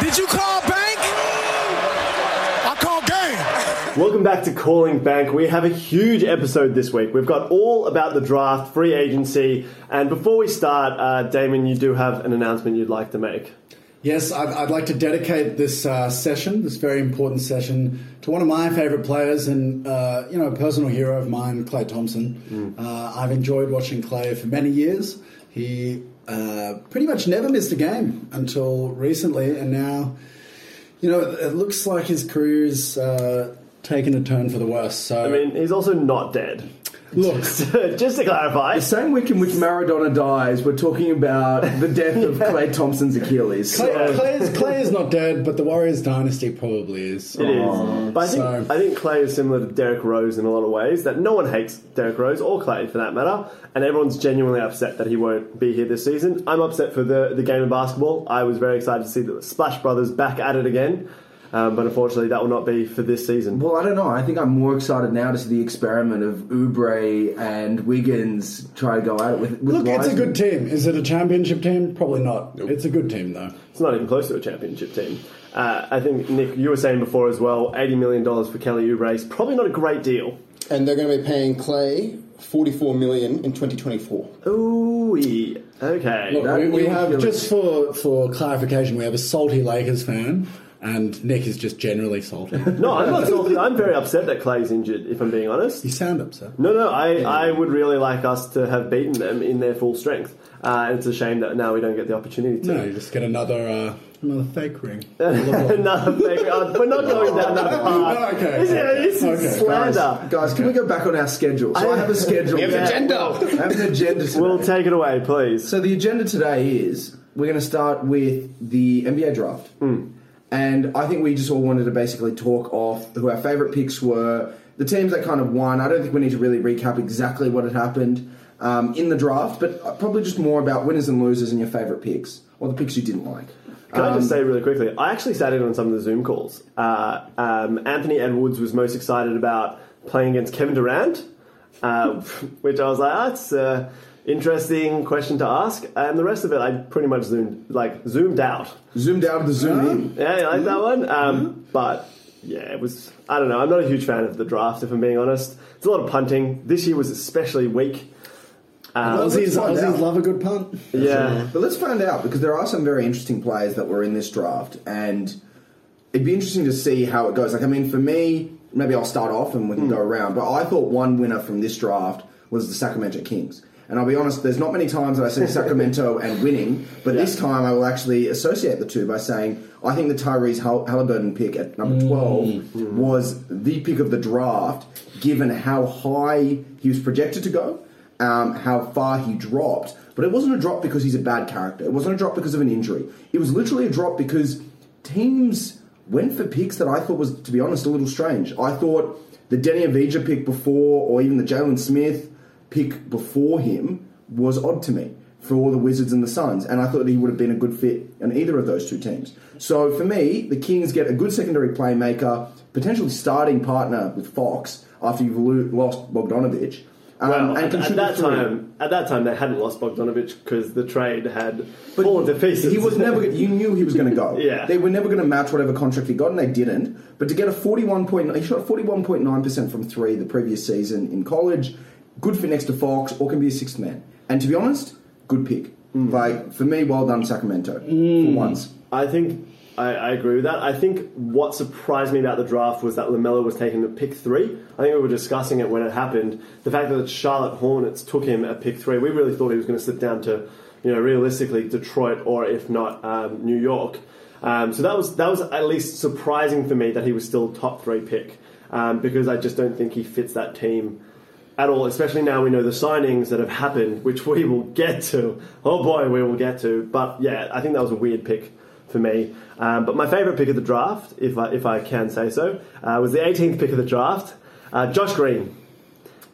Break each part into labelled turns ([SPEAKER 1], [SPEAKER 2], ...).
[SPEAKER 1] Did you call bank? I call game.
[SPEAKER 2] Welcome back to Calling Bank. We have a huge episode this week. We've got all about the draft, free agency, and before we start, uh, Damon, you do have an announcement you'd like to make.
[SPEAKER 3] Yes, I'd, I'd like to dedicate this uh, session, this very important session, to one of my favourite players and uh, you know a personal hero of mine, Clay Thompson.
[SPEAKER 2] Mm.
[SPEAKER 3] Uh, I've enjoyed watching Clay for many years. He uh, pretty much never missed a game until recently, and now you know it, it looks like his career is uh, taking a turn for the worse. So
[SPEAKER 2] I mean, he's also not dead.
[SPEAKER 3] look,
[SPEAKER 2] Just to clarify,
[SPEAKER 4] Same week in which Maradona dies, we're talking about the death of Clay Thompson's Achilles.
[SPEAKER 3] Clay,
[SPEAKER 2] So-
[SPEAKER 3] Clay, is, Clay is not dead, but the Warriors dynasty probably is.
[SPEAKER 2] It is. But I think,
[SPEAKER 3] so-
[SPEAKER 2] I think Clay is similar to Derek Rose in a lot of ways, that no one hates Derek Rose or Clay for that matter, and everyone's genuinely upset that he won't be here this season. I'm upset for the, the game of basketball. I was very excited to see the Splash Brothers back at it again, um, but unfortunately that will not be for this season.
[SPEAKER 4] Well, I don't know. I think I'm more excited now to see the experiment of Ubre and Wiggins try to go at it with. with
[SPEAKER 3] Look, it's a
[SPEAKER 4] Wiseman.
[SPEAKER 3] good team. Is it a championship team? Probably not. It's a good team though.
[SPEAKER 2] It's not even close to a championship team. Uh, I think, Nick, you were saying before as well, $80 million for Kelly Oubre is probably not a great deal.
[SPEAKER 5] and they're going to be paying Clay 44 million in 2024.
[SPEAKER 2] Ooh, okay.
[SPEAKER 3] Look,
[SPEAKER 4] That
[SPEAKER 3] we, we
[SPEAKER 4] is
[SPEAKER 3] have
[SPEAKER 4] really-
[SPEAKER 3] just for for clarification, we have a salty Lakers fan, and Nick is just generally salty.
[SPEAKER 2] no, I'm not salty. I'm very upset that Clay's injured, if I'm being honest.
[SPEAKER 3] you sound upset.
[SPEAKER 2] No, no, I, I would really like us to have beaten them in their full strength. Uh, and it's a shame that now we don't get the opportunity to.
[SPEAKER 3] No, you just get another uh, another fake ring.
[SPEAKER 2] no, thank you. Uh, we're not going down that path.
[SPEAKER 3] Okay.
[SPEAKER 2] This is, this is
[SPEAKER 3] Okay.
[SPEAKER 4] Guys,
[SPEAKER 2] slander.
[SPEAKER 4] guys, can we go back on our schedule? So I have a schedule.
[SPEAKER 5] We have an
[SPEAKER 4] Yeah,
[SPEAKER 5] agenda.
[SPEAKER 4] well, I have an agenda. Today.
[SPEAKER 2] We'll take it away, please.
[SPEAKER 4] So the agenda today is we're going to start with the NBA draft, and I think we just all wanted to basically talk off who our favorite picks were, the teams that kind of won. I don't think we need to really recap exactly what had happened um, in the draft, but probably just more about winners and losers and your favorite picks or the picks you didn't like.
[SPEAKER 2] Can I
[SPEAKER 4] Um,
[SPEAKER 2] just say really quickly? I actually sat in on some of the Zoom calls. Uh, um, Anthony Edwards was most excited about playing against Kevin Durant, uh, which I was like, ah, it's an interesting question to ask. And the rest of it, I pretty much zoomed, like, zoomed out.
[SPEAKER 4] Zoomed out of the zoom in.
[SPEAKER 2] Yeah, you like that one?
[SPEAKER 4] Mm-hmm.
[SPEAKER 2] Um, but yeah, it was. I don't know. I'm not a huge fan of the draft, if I'm being honest. It's a lot of punting. This year was especially weak.
[SPEAKER 3] Aussies,
[SPEAKER 4] find
[SPEAKER 3] Aussies
[SPEAKER 4] out.
[SPEAKER 3] love a good punt.
[SPEAKER 2] Yeah.
[SPEAKER 4] But let's find out because there are some very interesting players that were in this draft, and it'd be interesting to see how it goes. Like, I mean, for me, maybe I'll start off and we can go around. But I thought one winner from this draft was the Sacramento Kings. And I'll be honest, there's not many times that I see Sacramento and winning, but this time I will actually associate the two by saying I think the Tyrese Hal- Halliburton pick at number 12 was the pick of the draft, given how high he was projected to go um, how far he dropped. But it wasn't a drop because he's a bad character. It wasn't a drop because of an injury. It was literally a drop because teams went for picks that I thought was, to be honest, a little strange. I thought the Denny Avija pick before, or even the Jalen Smith pick before him, was odd to me for the Wizards and the Suns, and I thought he would have been a good fit in either of those two teams. So for me, the Kings get a good secondary playmaker, potentially starting partner with Fox after you've lo- lost Bogdanovich. Um,
[SPEAKER 2] Well,
[SPEAKER 4] and
[SPEAKER 2] at,
[SPEAKER 4] can
[SPEAKER 2] at
[SPEAKER 4] shoot
[SPEAKER 2] that
[SPEAKER 4] the three.
[SPEAKER 2] time, at that time, they hadn't lost Bogdanovich because the trade had fallen to pieces.
[SPEAKER 4] He was never. You knew he was going to go.
[SPEAKER 2] Yeah.
[SPEAKER 4] They were never going to match whatever contract he got, and they didn't. But to get a forty-one point, he shot forty-one point nine percent from three the previous season in college. Good for next to Fox, or can be a sixth man. And to be honest, good pick.
[SPEAKER 2] Mm.
[SPEAKER 4] Like for me, well done Sacramento for once.
[SPEAKER 2] I think I, I agree with that. I think what surprised me about the draft was that Lamelo was taken at pick three. I think we were discussing it when it happened. The fact that the Charlotte Hornets took him at pick three, we really thought he was going to slip down to, you know, realistically Detroit or if not um, New York. Um, so that was that was at least surprising for me that he was still top three pick um, because I just don't think he fits that team at all, especially now we know the signings that have happened, which we will get to. Oh boy, we will get to. But yeah, I think that was a weird pick for me. Um, but my favourite pick of the draft, if I, if I can say so, uh, was the 18th pick of the draft, uh, Josh Green.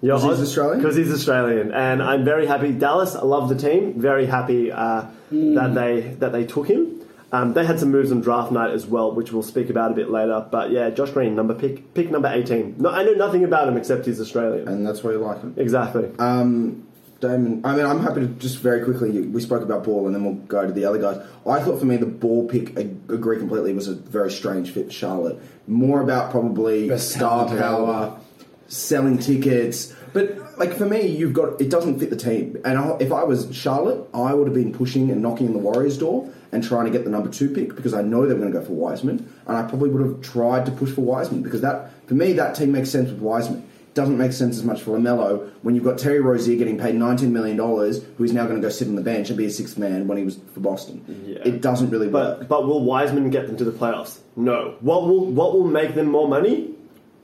[SPEAKER 2] Because
[SPEAKER 4] he's Australian?
[SPEAKER 2] Because he's Australian, and I'm very happy. Dallas, I love the team. Very happy uh,
[SPEAKER 4] Hmm.
[SPEAKER 2] that they that they took him. Um, they had some moves on draft night as well, which we'll speak about a bit later. But yeah, Josh Green, number pick pick number 18. No, I know nothing about him except he's Australian.
[SPEAKER 4] And that's why you like him.
[SPEAKER 2] Exactly.
[SPEAKER 4] Um, Damon. I mean, I'm happy to just very quickly. We spoke about Ball, and then we'll go to the other guys. I thought for me the Ball pick, I agree completely, was a very strange fit for Charlotte. More about probably
[SPEAKER 3] Best
[SPEAKER 4] star
[SPEAKER 3] talent
[SPEAKER 4] power, selling tickets. But like for me, you've got it doesn't fit the team. And I, if I was Charlotte, I would have been pushing and knocking on the Warriors' door and trying to get the number two pick because I know they're going to go for Wiseman, and I probably would have tried to push for Wiseman because that for me that team makes sense with Wiseman. Doesn't make sense as much for Lamelo when you've got Terry Rozier getting paid nineteen million dollars, who is now going to go sit on the bench and be a sixth man when he was for Boston.
[SPEAKER 2] Yeah.
[SPEAKER 4] It doesn't really work.
[SPEAKER 2] But but will Wiseman get them to the playoffs? No. What will what will make them more money?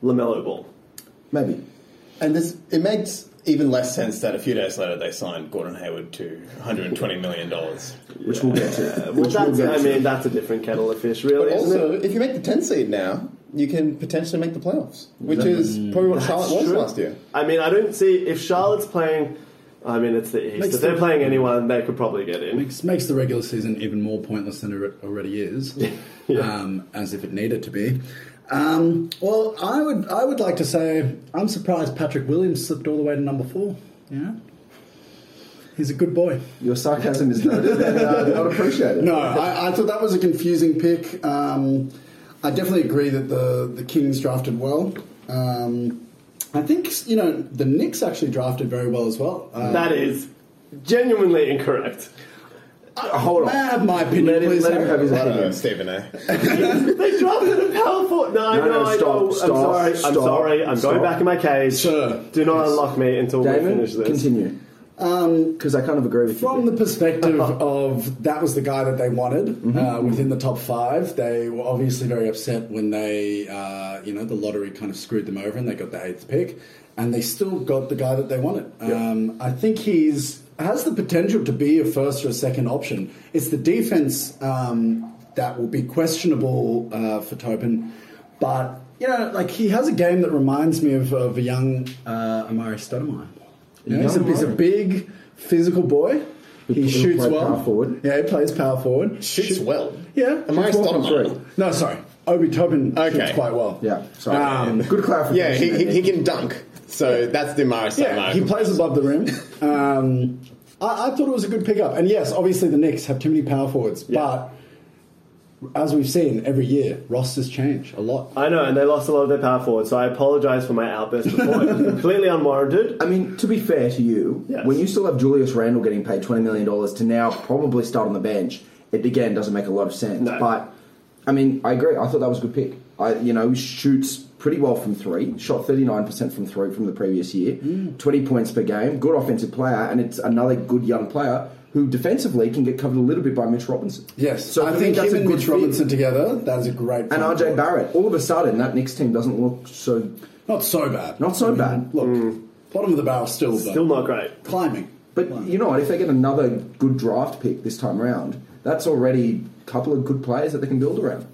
[SPEAKER 2] Lamelo Ball.
[SPEAKER 4] Maybe
[SPEAKER 5] And this, it makes even less sense that
[SPEAKER 6] That a few days later they signed Gordon Hayward to 120 million dollars.
[SPEAKER 4] which we'll get to.
[SPEAKER 2] Well,
[SPEAKER 4] which we'll
[SPEAKER 2] that's,
[SPEAKER 4] get
[SPEAKER 2] I
[SPEAKER 4] to.
[SPEAKER 2] mean, that's a different kettle of fish, really.
[SPEAKER 5] But
[SPEAKER 2] isn't it?
[SPEAKER 5] also, if you make the 10 seed now, you can potentially make the playoffs, which is probably what Charlotte was
[SPEAKER 2] True.
[SPEAKER 5] last year.
[SPEAKER 2] I mean, I don't see if Charlotte's playing. I mean, it's the East.
[SPEAKER 3] Makes
[SPEAKER 2] if they're
[SPEAKER 3] the-
[SPEAKER 2] playing anyone, they could probably get in.
[SPEAKER 3] Makes, makes the regular season even more pointless than it already is, um, as if it needed to be. Um, well, I would I would like to say I'm surprised Patrick Williams slipped all the way to number four. Yeah, he's a good boy.
[SPEAKER 4] Your sarcasm is noted and uh, not appreciated.
[SPEAKER 3] No, I, I thought that was a confusing pick. Um, I definitely agree that the, the Kings drafted well. Um, I think you know the Knicks actually drafted very well as well. Uh,
[SPEAKER 2] That is genuinely incorrect.
[SPEAKER 4] hold
[SPEAKER 3] may I have my opinion,
[SPEAKER 4] Let him-
[SPEAKER 3] please?
[SPEAKER 4] let him have his
[SPEAKER 6] I don't know,
[SPEAKER 4] opinion.
[SPEAKER 6] Stephen A.
[SPEAKER 2] They drafted a power forward. No,
[SPEAKER 4] No,
[SPEAKER 2] no,
[SPEAKER 4] no,
[SPEAKER 2] I
[SPEAKER 4] stop,
[SPEAKER 2] know.
[SPEAKER 4] stop,
[SPEAKER 2] I'm sorry.
[SPEAKER 4] stop,
[SPEAKER 2] I'm sorry. I'm
[SPEAKER 4] stop.
[SPEAKER 2] going back in my cage.
[SPEAKER 3] Sir.
[SPEAKER 2] do not unlock me until we
[SPEAKER 4] Damon,
[SPEAKER 2] finish this.
[SPEAKER 4] continue. Because Um, I kind of agree with
[SPEAKER 3] From
[SPEAKER 4] you.
[SPEAKER 3] the perspective of that was the guy that they wanted uh, within the top five, they were obviously very upset when they, uh, you know, the lottery kind of screwed them over and they got the eighth pick, and they still got the guy that they wanted. Um, I think he's has the potential to be a first or a second option. It's the defense um, that will be questionable uh, for Tobin, but you know, like he has a game that reminds me of, of a young uh, Amari Stoudemire. You know, he's, a, he's a big physical boy. He,
[SPEAKER 4] Who
[SPEAKER 3] shoots
[SPEAKER 4] played
[SPEAKER 3] well.
[SPEAKER 4] power forward.
[SPEAKER 3] Yeah, he plays power forward.
[SPEAKER 6] Shoots
[SPEAKER 3] Shoot-
[SPEAKER 6] well.
[SPEAKER 3] Yeah.
[SPEAKER 5] Am I
[SPEAKER 4] It's
[SPEAKER 5] still
[SPEAKER 4] one for three.
[SPEAKER 3] No, sorry. Obi Tobin shoots
[SPEAKER 6] Okay.
[SPEAKER 3] quite well.
[SPEAKER 4] Yeah, sorry.
[SPEAKER 3] Um,
[SPEAKER 4] Good
[SPEAKER 6] Yeah, he,
[SPEAKER 4] clarification.
[SPEAKER 6] he, he can dunk. So that's the Mara
[SPEAKER 3] Yeah, he plays above the rim. Um, I, I thought it was a good pickup. And yes, obviously the Knicks have too many power forwards, but as we've seen every year, rosters change a lot.
[SPEAKER 2] I know, and they lost a lot of their power forward, so I apologise for my outburst before. it was completely unwarranted.
[SPEAKER 4] I mean, to be fair to you,
[SPEAKER 2] Yes.
[SPEAKER 4] when you still have Julius Randle getting paid $20 million to now probably start on the bench, it again doesn't make a lot of sense.
[SPEAKER 2] No.
[SPEAKER 4] But, I mean, I agree. I thought that was a good pick. I, you know, shoots pretty well from three, shot 39% from three from the previous year,
[SPEAKER 3] Mm.
[SPEAKER 4] 20 points per game, good offensive player, and it's another good young player who defensively can get covered a little bit by Mitch Robinson.
[SPEAKER 3] Yes,
[SPEAKER 4] for
[SPEAKER 3] I
[SPEAKER 4] me,
[SPEAKER 3] think
[SPEAKER 4] that's
[SPEAKER 3] him
[SPEAKER 4] a
[SPEAKER 3] and
[SPEAKER 4] good
[SPEAKER 3] Mitch
[SPEAKER 4] fit.
[SPEAKER 3] Robinson together, that is a great.
[SPEAKER 4] and
[SPEAKER 3] front
[SPEAKER 4] RJ
[SPEAKER 3] court.
[SPEAKER 4] Barrett. All of a sudden, that Knicks team doesn't look so.
[SPEAKER 3] Not so bad.
[SPEAKER 4] Not Mm. so bad.
[SPEAKER 3] Look, bottom of the barrel still, though.
[SPEAKER 2] Still not great.
[SPEAKER 3] climbing.
[SPEAKER 4] But you know what? If they get another good draft pick this time round, that's already a couple of good players that they can build around.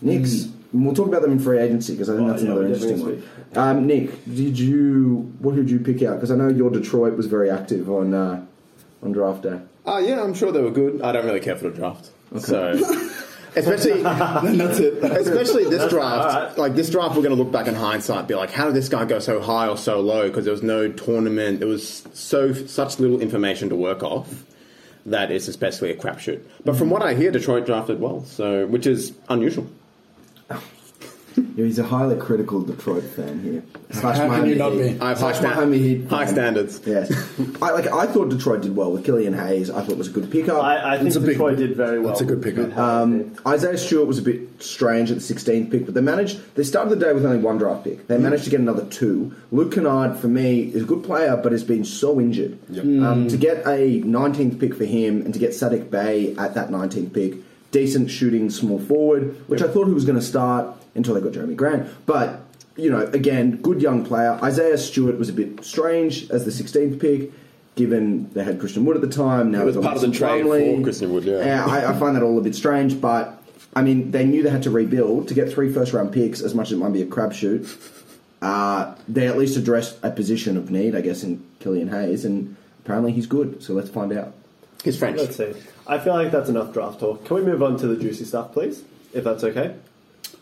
[SPEAKER 4] Knicks. And we'll talk about them in free agency because I think
[SPEAKER 2] Oh,
[SPEAKER 4] that's
[SPEAKER 2] yeah,
[SPEAKER 4] another
[SPEAKER 2] we're definitely
[SPEAKER 4] interesting one. Um, Nick, did you? What did you pick out? Because I know your Detroit was very active on uh, on draft day.
[SPEAKER 6] Uh, yeah, I'm sure they were good. I don't really care for the draft. So, especially
[SPEAKER 3] That's it.
[SPEAKER 6] especially this draft.
[SPEAKER 2] all right.
[SPEAKER 6] Like this draft, we're going to look back in hindsight, and be like, how did this guy go so high or so low? Because there was no tournament. There was so such little information to work off that it's especially a crapshoot. But from what I hear, Detroit drafted well, so which is unusual.
[SPEAKER 4] Yeah, he's a highly critical Detroit fan here. Slash
[SPEAKER 3] How can you
[SPEAKER 4] Miami
[SPEAKER 3] not
[SPEAKER 4] Heat.
[SPEAKER 3] be?
[SPEAKER 6] I have high,
[SPEAKER 4] Slash Miami Heat
[SPEAKER 6] stand- high
[SPEAKER 4] fan.
[SPEAKER 6] standards.
[SPEAKER 4] Yes, I like. I thought Detroit did well with Killian Hayes. I thought was a good pickup.
[SPEAKER 2] I, I think
[SPEAKER 3] It's a big-
[SPEAKER 2] Detroit did very well.
[SPEAKER 3] that's a good pickup.
[SPEAKER 4] Um, Isaiah Stewart was a bit strange at the 16th pick, but they managed. They started the day with only one draft pick.
[SPEAKER 6] Mm.
[SPEAKER 4] They managed to get another two. Luke Kennard, for me, is a good player, but has been so injured. Um, to get a 19th pick for him, and to get Sadik Bay at that 19th pick, decent shooting small forward, which I thought he was going to start until they got Jeremy Grant, but. You know, again, good young player. Isaiah Stewart was a bit strange as the 16th pick, given they had Christian Wood at the time. Now
[SPEAKER 6] It was
[SPEAKER 4] it's
[SPEAKER 6] part of the
[SPEAKER 4] Olsen
[SPEAKER 6] trade
[SPEAKER 4] Plumlee.
[SPEAKER 6] for Christian Wood, yeah.
[SPEAKER 4] Yeah, I, I find that all a bit strange, but I mean, they knew they had to rebuild to get three first round picks, as much as it might be a crapshoot. Uh, they at least addressed a position of need, I guess, in Killian Hayes, and apparently he's good, so let's find out.
[SPEAKER 6] He's French.
[SPEAKER 2] Let's see. I feel like that's enough draft talk. Can we move on to the juicy stuff, please? If that's okay.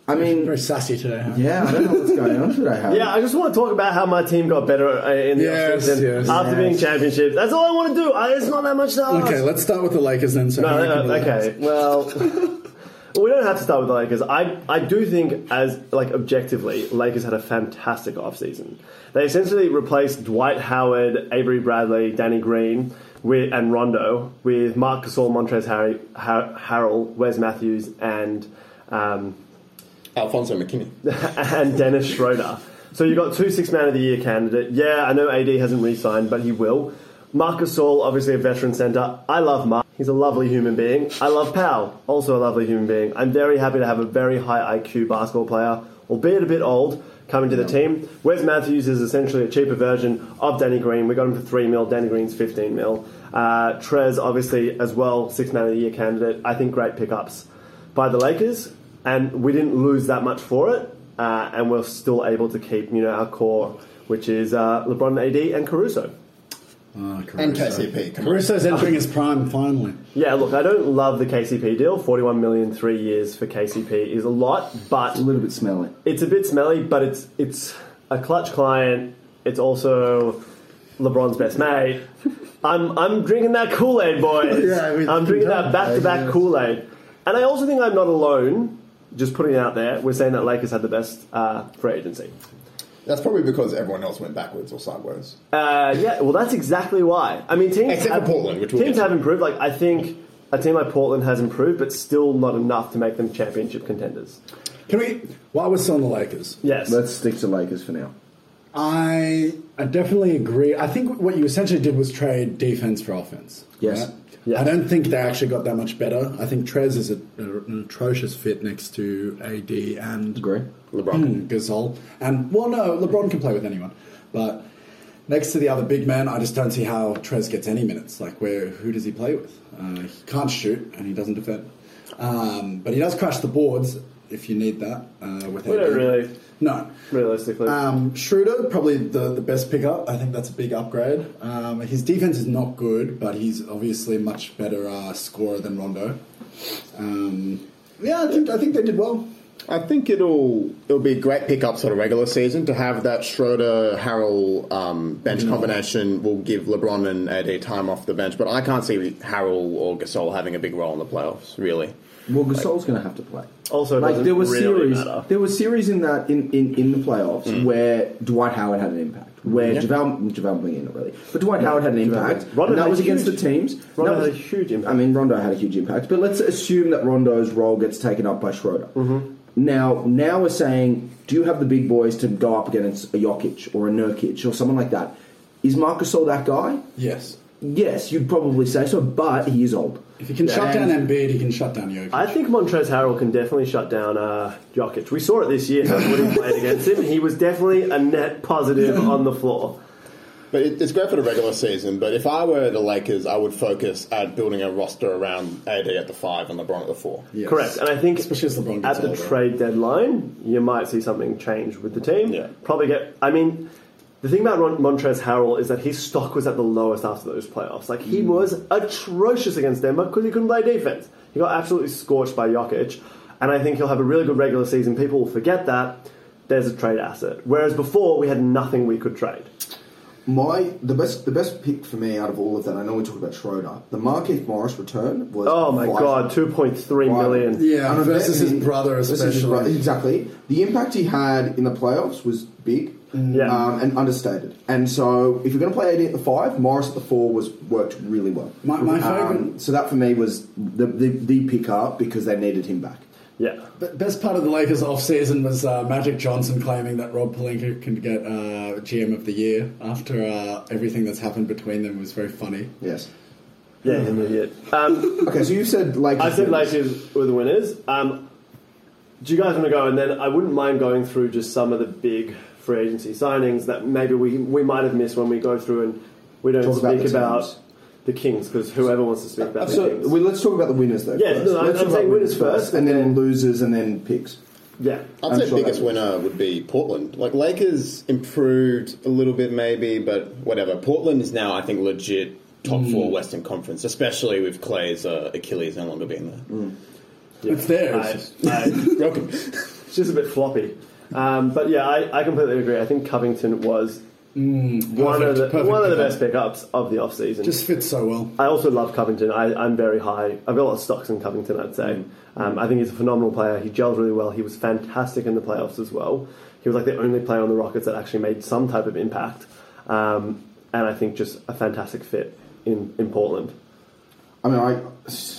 [SPEAKER 4] I mean,
[SPEAKER 3] Very sassy today. Huh?
[SPEAKER 4] yeah, I don't know what's going on today. Howard.
[SPEAKER 2] Yeah, I just want to talk about how my team got better uh, in the
[SPEAKER 3] Yes,
[SPEAKER 2] offseason
[SPEAKER 3] yes.
[SPEAKER 2] after being championships. That's all I want to do. I, it's not that much to ask.
[SPEAKER 3] Okay, let's start with the Lakers then. So
[SPEAKER 2] No,
[SPEAKER 3] Harry
[SPEAKER 2] no,
[SPEAKER 3] can
[SPEAKER 2] no,
[SPEAKER 3] be
[SPEAKER 2] okay. Well, we don't have to start with the Lakers. I, I do think, as like objectively, Lakers had a fantastic offseason. They essentially replaced Dwight Howard, Avery Bradley, Danny Green, with, and Rondo with Mark Gasol, Montrez Harry, Har- Harrell, Wes Matthews, and um,
[SPEAKER 6] Alfonso McKinney.
[SPEAKER 2] and Dennis Schroeder. So you've got two six man of the year candidate. Yeah, I know AD hasn't re signed, but he will. Marcus All, obviously a veteran centre. I love Mark. He's a lovely human being. I love Powell, also a lovely human being. I'm very happy to have a very high IQ basketball player, albeit a bit old, coming to the team. Wes Matthews is essentially a cheaper version of Danny Green. We got him for 3 mil, Danny Green's 15 mil. Uh, Trez, obviously, as well, six man of the year candidate. I think great pickups by the Lakers, and we didn't lose that much for it, uh, and we're still able to keep you know our core, which is uh, LeBron, AD, and Caruso.
[SPEAKER 3] Ah, Caruso.
[SPEAKER 5] And KCP. Come on.
[SPEAKER 3] Caruso's entering his prime finally.
[SPEAKER 2] Yeah, look, I don't love the KCP deal. Forty-one million, three years for KCP is a lot, but
[SPEAKER 4] a little bit smelly.
[SPEAKER 2] it's a bit smelly. But it's it's a clutch client. It's also LeBron's best mate. I'm I'm drinking that Kool Aid, boys.
[SPEAKER 4] Yeah, we-
[SPEAKER 2] I'm drinking
[SPEAKER 4] we
[SPEAKER 2] that
[SPEAKER 4] don't-
[SPEAKER 2] back to
[SPEAKER 4] I
[SPEAKER 2] back
[SPEAKER 4] guess.
[SPEAKER 2] Kool Aid, and I also think I'm not alone. Just putting it out there, we're saying that Lakers had the best uh, free agency.
[SPEAKER 5] That's probably because everyone else went backwards or sideways.
[SPEAKER 2] Uh, yeah, well, that's exactly why. I mean, teams
[SPEAKER 6] Except for
[SPEAKER 2] have,
[SPEAKER 6] Portland, which we'll
[SPEAKER 2] teams
[SPEAKER 6] get to.
[SPEAKER 2] have improved. Like I think a team like Portland has improved, but still not enough to make them championship contenders.
[SPEAKER 3] Can we? While we're still on the Lakers,
[SPEAKER 2] Yes,
[SPEAKER 4] Let's stick to Lakers for now.
[SPEAKER 3] I I definitely agree. I think what you essentially did was trade defense for offense.
[SPEAKER 4] Yes.
[SPEAKER 2] Yeah.
[SPEAKER 3] I don't think they actually got that much better. I think Trez is a, an atrocious fit next to AD and
[SPEAKER 4] Agree.
[SPEAKER 6] LeBron.
[SPEAKER 3] Gasol. And, well, no, LeBron can play with anyone. But next to the other big man, I just don't see how Trez gets any minutes. Like, where who does he play with? Uh, he can't shoot and he doesn't defend. Um, but he does crash the boards if you need that. Uh, with
[SPEAKER 2] We don't
[SPEAKER 3] AD.
[SPEAKER 2] really.
[SPEAKER 3] No.
[SPEAKER 2] realistically,
[SPEAKER 6] Uh,
[SPEAKER 3] Um, Schroeder, probably the, the best pickup. I think that's a big upgrade. Um, his defense is not good, but he's obviously a much better uh, scorer than Rondo. Um, yeah, I think I think they did well.
[SPEAKER 6] I think it'll it'll be a great pickup for the regular season to have that Schroeder Harrell um, bench combination will give LeBron and AD time off the bench, but I can't see Harrell or Gasol having a big role in the playoffs. Really,
[SPEAKER 4] Well, Gasol's going to have to play.
[SPEAKER 2] also it
[SPEAKER 4] Like
[SPEAKER 2] doesn't
[SPEAKER 4] there were
[SPEAKER 2] really
[SPEAKER 4] series,
[SPEAKER 2] matter. Mm.
[SPEAKER 4] there were series in that in, in, in the playoffs where Dwight Howard had an impact, where Javale Javale McGee not really, but Dwight Howard had an impact.
[SPEAKER 2] Rondo
[SPEAKER 4] and
[SPEAKER 2] had
[SPEAKER 4] that was
[SPEAKER 2] a
[SPEAKER 4] against the
[SPEAKER 2] huge-
[SPEAKER 4] teams.
[SPEAKER 2] Rondo
[SPEAKER 4] That was-
[SPEAKER 2] had a huge impact.
[SPEAKER 4] I mean, Rondo had a huge impact, but let's assume that Rondo's role gets taken up by Schroeder.
[SPEAKER 2] Mm-hmm.
[SPEAKER 4] Now, now we're saying, do you have the big boys to go up against a Jokic or a Nurkic or someone like that? Is Marcus all that guy?
[SPEAKER 3] Yes.
[SPEAKER 4] Yes, you'd probably say so, but he is old.
[SPEAKER 3] If he can shut down
[SPEAKER 4] And-
[SPEAKER 3] Embiid, he can shut down Jokic.
[SPEAKER 2] I think Montrez Harrell can definitely shut down uh, Jokic. We saw it this year when he played against him. He was definitely a net positive on the floor.
[SPEAKER 6] but it, it's great for the regular season. But if I were the Lakers, I would focus at building a roster around AD at the five and LeBron at the four.
[SPEAKER 3] Yes.
[SPEAKER 2] Correct, and I think
[SPEAKER 3] Especially as LeBron gets
[SPEAKER 2] at the
[SPEAKER 3] older.
[SPEAKER 2] trade deadline, you might see something change with the team.
[SPEAKER 6] Yeah.
[SPEAKER 2] Probably get. I mean, the thing about Ron- Montrez Harrell is that his stock was at the lowest after those playoffs. Like
[SPEAKER 3] Hmm.
[SPEAKER 2] he was atrocious against Denver because he couldn't play defense. He got absolutely scorched by Jokic, and I think he'll have a really good regular season. People will forget that. There's a trade asset, whereas before we had nothing we could trade.
[SPEAKER 7] My the best the best pick for me out of all of that. I know we talked about Schroeder. The Marquise Morris return was
[SPEAKER 2] Oh my
[SPEAKER 7] vital.
[SPEAKER 2] god, two point three
[SPEAKER 7] Vital.
[SPEAKER 2] million.
[SPEAKER 3] Yeah,
[SPEAKER 7] And I
[SPEAKER 3] versus
[SPEAKER 7] bet-
[SPEAKER 3] his brother
[SPEAKER 7] versus his
[SPEAKER 3] especially.
[SPEAKER 7] brother- exactly. The impact he had in the playoffs was big.
[SPEAKER 2] Mm. Yeah.
[SPEAKER 7] Um, and understated. And so, if you're going to play AD at the five, Morris at the four was worked really well.
[SPEAKER 3] My- my favourite-
[SPEAKER 7] Um, so that for me was the the, the pick up because they needed him back.
[SPEAKER 2] Yeah.
[SPEAKER 3] But best part of the Lakers offseason was uh, Magic Johnson claiming that Rob Palinka can get uh, GM of the year after uh, everything that's happened between them was very funny.
[SPEAKER 7] Yes.
[SPEAKER 2] Yeah, yeah, yeah. Um,
[SPEAKER 7] Okay, so you said like
[SPEAKER 2] I said Lakers were the winners. Um, do you guys want to go? And then I wouldn't mind going through just some of the big free agency signings that maybe we, we might have missed when we go through and we don't
[SPEAKER 7] Talk about
[SPEAKER 2] speak
[SPEAKER 7] the
[SPEAKER 2] about
[SPEAKER 7] teams.
[SPEAKER 2] the Kings because whoever wants to speak about the
[SPEAKER 7] So
[SPEAKER 2] Kings.
[SPEAKER 7] well, let's talk about the winners though.
[SPEAKER 2] Yeah,
[SPEAKER 7] first.
[SPEAKER 2] no, I'm-
[SPEAKER 7] let's
[SPEAKER 2] I'm
[SPEAKER 7] talk about
[SPEAKER 2] saying winners first,
[SPEAKER 7] and
[SPEAKER 2] and
[SPEAKER 7] then
[SPEAKER 2] then-
[SPEAKER 7] losers, and then picks.
[SPEAKER 2] yeah.
[SPEAKER 6] I'd
[SPEAKER 7] I'm
[SPEAKER 6] say
[SPEAKER 7] sure
[SPEAKER 6] biggest
[SPEAKER 7] that-
[SPEAKER 6] winner would be Portland. Like Lakers improved a little bit, maybe, but whatever. Portland is now, I think, legit top
[SPEAKER 2] Mm.
[SPEAKER 6] four Western Conference, especially with Clay's uh, Achilles no longer being there.
[SPEAKER 2] yeah.
[SPEAKER 3] It's theirs.
[SPEAKER 2] I, I,
[SPEAKER 6] Welcome.
[SPEAKER 7] So
[SPEAKER 2] just a bit floppy. Um, but yeah, I, I completely agree. I think Covington was one of
[SPEAKER 3] perfect,
[SPEAKER 2] the
[SPEAKER 3] perfect
[SPEAKER 2] one of the
[SPEAKER 3] pick-up.
[SPEAKER 2] best pickups of the off season.
[SPEAKER 3] Just fits so well.
[SPEAKER 2] I also love Covington. I, I'm very high. I've got a lot of stocks in Covington. I'd say. Um, I think he's a phenomenal player. He gels really well. He was fantastic in the playoffs as well. He was like the only player on the Rockets that actually made some type of impact. Um, and I think just a fantastic fit in, in Portland.
[SPEAKER 4] I mean, I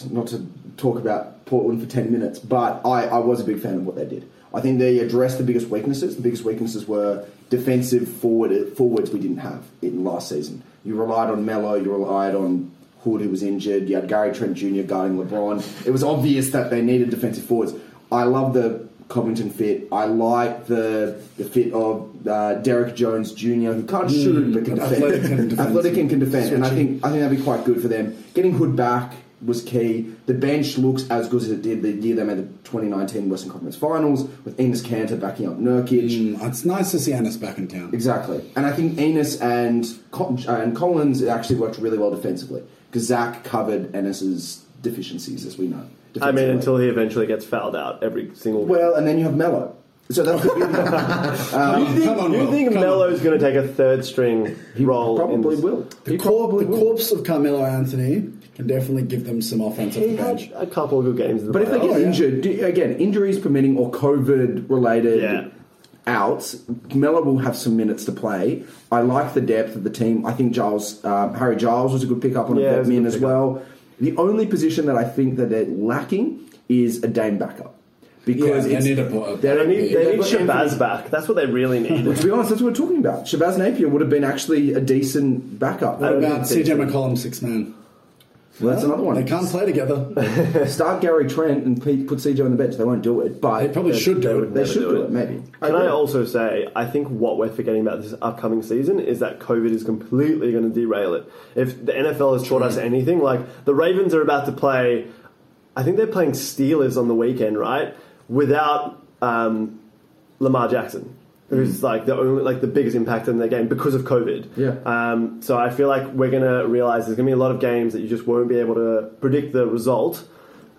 [SPEAKER 4] not to talk about Portland for ten minutes, but I, I was a big fan of what they did. I think they addressed the biggest weaknesses. The biggest weaknesses were defensive forward forwards we didn't have in last season. You relied on Mello, you relied on Hood, who was injured. You had Gary Trent Jr. guarding LeBron. It was obvious that they needed defensive forwards. I love the Covington fit. I like the the fit of uh, Derek Jones Jr., who can't shoot but can
[SPEAKER 3] Mm, athletic and
[SPEAKER 4] defend.
[SPEAKER 3] defensive.
[SPEAKER 4] Athletic and can defend, and I
[SPEAKER 3] Switching.
[SPEAKER 4] think I think that'd be quite good for them. Getting Hood back was key. The bench looks as good as it did the year they made the 2019 Western Conference Finals with Enos Cantor backing up Nurkic.
[SPEAKER 3] Mm, It's nice to see Anis back in town.
[SPEAKER 4] Exactly, and I think Enos and Co- and Collins actually worked really well defensively because Zach covered Enos's deficiencies as we
[SPEAKER 2] I
[SPEAKER 4] know.
[SPEAKER 2] mean,
[SPEAKER 4] defensively.
[SPEAKER 2] until he eventually gets fouled out every single
[SPEAKER 4] well, and then you have Mello. So that could be
[SPEAKER 3] Come on, Um, come on,
[SPEAKER 2] You
[SPEAKER 3] Will.
[SPEAKER 2] think
[SPEAKER 3] Come on.
[SPEAKER 2] Melo's going to take a third string role? in
[SPEAKER 4] probably
[SPEAKER 2] this?
[SPEAKER 4] will.
[SPEAKER 3] The, corp, the corpse of Carmelo Anthony can definitely give them some offense off
[SPEAKER 2] He
[SPEAKER 3] the bench.
[SPEAKER 2] had a couple of good games. In the
[SPEAKER 4] But if they
[SPEAKER 2] playoffs.
[SPEAKER 4] get injured, do- again, injuries permitting or COVID related
[SPEAKER 2] Yeah.
[SPEAKER 4] outs, Melo will have some minutes to play. I like the depth of the team. I think Giles, um, Harry Giles was a good pickup on
[SPEAKER 2] Yeah, it
[SPEAKER 4] a
[SPEAKER 2] was a
[SPEAKER 4] min
[SPEAKER 2] good
[SPEAKER 4] as
[SPEAKER 2] pickup.
[SPEAKER 4] well. The only position that I think that they're lacking is a Dame backup. Because
[SPEAKER 3] Yeah, they
[SPEAKER 4] it's-
[SPEAKER 3] need a bo- a
[SPEAKER 4] they
[SPEAKER 2] they
[SPEAKER 4] don't
[SPEAKER 2] need, they need
[SPEAKER 4] they've got
[SPEAKER 2] Shabazz
[SPEAKER 4] Anthony-
[SPEAKER 2] back. That's what they really
[SPEAKER 4] Well,
[SPEAKER 2] need.
[SPEAKER 4] to be honest, that's what we're talking about. Shabazz Napier would have been actually a decent backup.
[SPEAKER 3] What
[SPEAKER 4] Well,
[SPEAKER 3] about
[SPEAKER 2] think
[SPEAKER 3] CJ McCollum, six man?
[SPEAKER 4] that's another
[SPEAKER 3] They
[SPEAKER 4] one.
[SPEAKER 3] can't play together.
[SPEAKER 4] Start Gary Trent and Pete, put CJ on the bench. They won't do it, but
[SPEAKER 3] They probably should do it.
[SPEAKER 4] they
[SPEAKER 2] never
[SPEAKER 4] should
[SPEAKER 2] do
[SPEAKER 4] do
[SPEAKER 2] it.
[SPEAKER 4] it. Maybe.
[SPEAKER 2] Can I also say, I think what we're forgetting about this upcoming season is that COVID is completely going to derail it. If the NFL has taught us
[SPEAKER 4] Hmm.
[SPEAKER 2] anything, like the Ravens are about to play, I think they're playing Steelers on the weekend, right? Without um, Lamar Jackson, who's like the only, like the biggest impact in their game because of COVID.
[SPEAKER 4] Hmm. Yeah.
[SPEAKER 2] Um, so I feel like we're going to realize there's going to be a lot of games that you just won't be able to predict the result.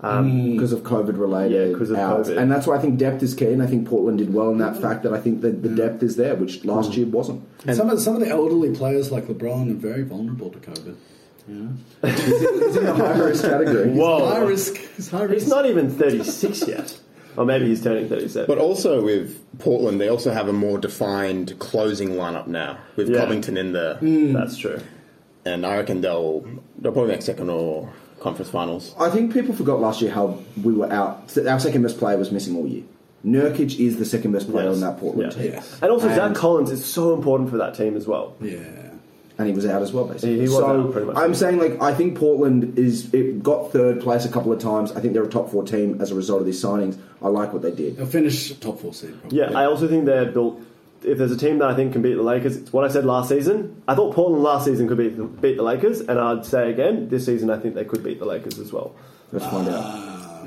[SPEAKER 4] because of COVID related
[SPEAKER 2] Yeah, 'cause of
[SPEAKER 4] outs.
[SPEAKER 2] COVID.
[SPEAKER 4] and that's why I think depth is key, and I think Portland did well in that fact that I think that the
[SPEAKER 2] Mm.
[SPEAKER 4] depth is there, which last year wasn't.
[SPEAKER 3] some, of, some of the elderly players like LeBron are very vulnerable to COVID.
[SPEAKER 4] It's in the high risk category.
[SPEAKER 3] High risk. He's high risk.
[SPEAKER 2] He's Oh, not even 36 yet. Or maybe he's turning 37.
[SPEAKER 6] But also with Portland, they also have a more defined closing lineup now with
[SPEAKER 2] Yeah. Mm.
[SPEAKER 6] Covington in there,
[SPEAKER 2] That's true.
[SPEAKER 6] and I reckon they'll they'll probably make second or conference finals.
[SPEAKER 4] I think people forgot last year how we were out. Our second best player was missing all year. Nurkic is the second best player
[SPEAKER 2] Yes.
[SPEAKER 4] on that Portland
[SPEAKER 2] Yeah.
[SPEAKER 4] team,
[SPEAKER 3] Yes.
[SPEAKER 2] And also, Zach
[SPEAKER 4] And-
[SPEAKER 2] Collins is so important for that team as well.
[SPEAKER 3] Yeah.
[SPEAKER 4] and he was out as well. Basically,
[SPEAKER 2] He- he was
[SPEAKER 4] so
[SPEAKER 2] out pretty much.
[SPEAKER 4] I'm saying like I think Portland is it got third place a couple of times. I think they're a top four team as a result of these signings. I like what they did.
[SPEAKER 3] They'll finish top four seed. Probably.
[SPEAKER 2] Yeah, I also think they're built. If there's a team that I think can beat the Lakers, it's what I said last season. I thought Portland last season could beat the, beat the Lakers, and I'd say again this season I think they could beat the Lakers as well.
[SPEAKER 4] Let's find out.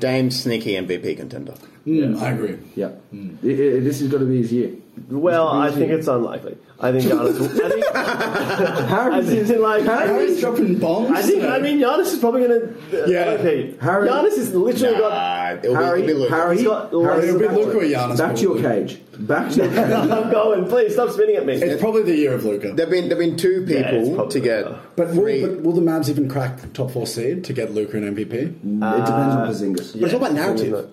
[SPEAKER 6] Dame sneaky MVP contender.
[SPEAKER 3] Mm, I agree.
[SPEAKER 4] Yeah,
[SPEAKER 2] Hmm.
[SPEAKER 4] I- I- this is going to be his year.
[SPEAKER 2] Well, I think it's unlikely. I think Giannis. Will, I think, as
[SPEAKER 4] Harris,
[SPEAKER 2] in, like,
[SPEAKER 3] Harry's dropping bombs.
[SPEAKER 2] I think.
[SPEAKER 3] today.
[SPEAKER 2] I mean, Giannis is probably going to. Uh,
[SPEAKER 3] Yeah.
[SPEAKER 2] repeat.
[SPEAKER 4] Harry-
[SPEAKER 2] Giannis has literally got.
[SPEAKER 6] Nah, it'll
[SPEAKER 4] Harry,
[SPEAKER 6] be, it'll be Luka.
[SPEAKER 4] Harry,
[SPEAKER 2] He's got
[SPEAKER 4] Harry,
[SPEAKER 2] lots
[SPEAKER 3] It'll be
[SPEAKER 4] back,
[SPEAKER 3] Luka or Giannis.
[SPEAKER 4] back to your
[SPEAKER 3] probably.
[SPEAKER 4] cage. Back to your cage.
[SPEAKER 2] I'm going. Please stop spinning at me.
[SPEAKER 3] It's probably the year of Luca.
[SPEAKER 6] There've been there've been two
[SPEAKER 2] Yeah, it's
[SPEAKER 6] people
[SPEAKER 2] probably
[SPEAKER 6] to get
[SPEAKER 2] Luka.
[SPEAKER 3] But
[SPEAKER 6] three.
[SPEAKER 3] will, but will the Mavs even crack top four seed to get Luca an
[SPEAKER 2] Oh
[SPEAKER 3] MVP?
[SPEAKER 4] it depends
[SPEAKER 2] Uh,
[SPEAKER 4] on Porzingis.
[SPEAKER 6] but it's all about
[SPEAKER 2] Isn't
[SPEAKER 6] narrative.
[SPEAKER 2] it?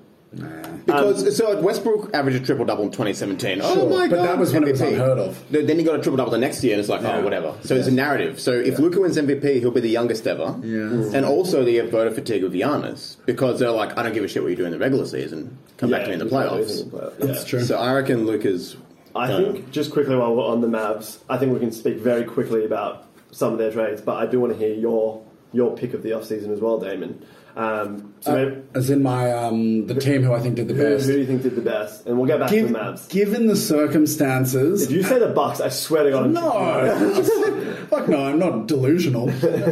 [SPEAKER 6] Because so Westbrook averaged a triple double in 2017.
[SPEAKER 3] Sure,
[SPEAKER 6] oh my god!
[SPEAKER 3] but that was when it was
[SPEAKER 6] MVP.
[SPEAKER 3] unheard of.
[SPEAKER 6] Th- Then he got a triple double the next year, and it's like
[SPEAKER 3] Yeah.
[SPEAKER 6] oh whatever. So it's a narrative. So if Luca wins MVP, he'll be the youngest ever.
[SPEAKER 3] Yeah.
[SPEAKER 6] And also they have voter fatigue with Giannis because they're like, I don't give a shit what you do in the regular season. Come back to me in the playoffs.
[SPEAKER 2] That's
[SPEAKER 3] true.
[SPEAKER 6] So I reckon Luca's.
[SPEAKER 2] I
[SPEAKER 6] gonna-
[SPEAKER 2] think just quickly while we're on the Mavs, I think we can speak very quickly about some of their trades, but I do want to hear your your pick of the offseason as well, Damon. Um, so maybe,
[SPEAKER 3] As in my um, the team who I think did the
[SPEAKER 2] who, who
[SPEAKER 3] best.
[SPEAKER 2] do you think did the best? And we'll get back
[SPEAKER 3] Giv-
[SPEAKER 2] to the Mavs.
[SPEAKER 3] given the
[SPEAKER 2] If
[SPEAKER 3] circumstances,
[SPEAKER 2] you say the Bucks, I swear to God, I'm kicking you.
[SPEAKER 3] no, fuck no, I'm not delusional.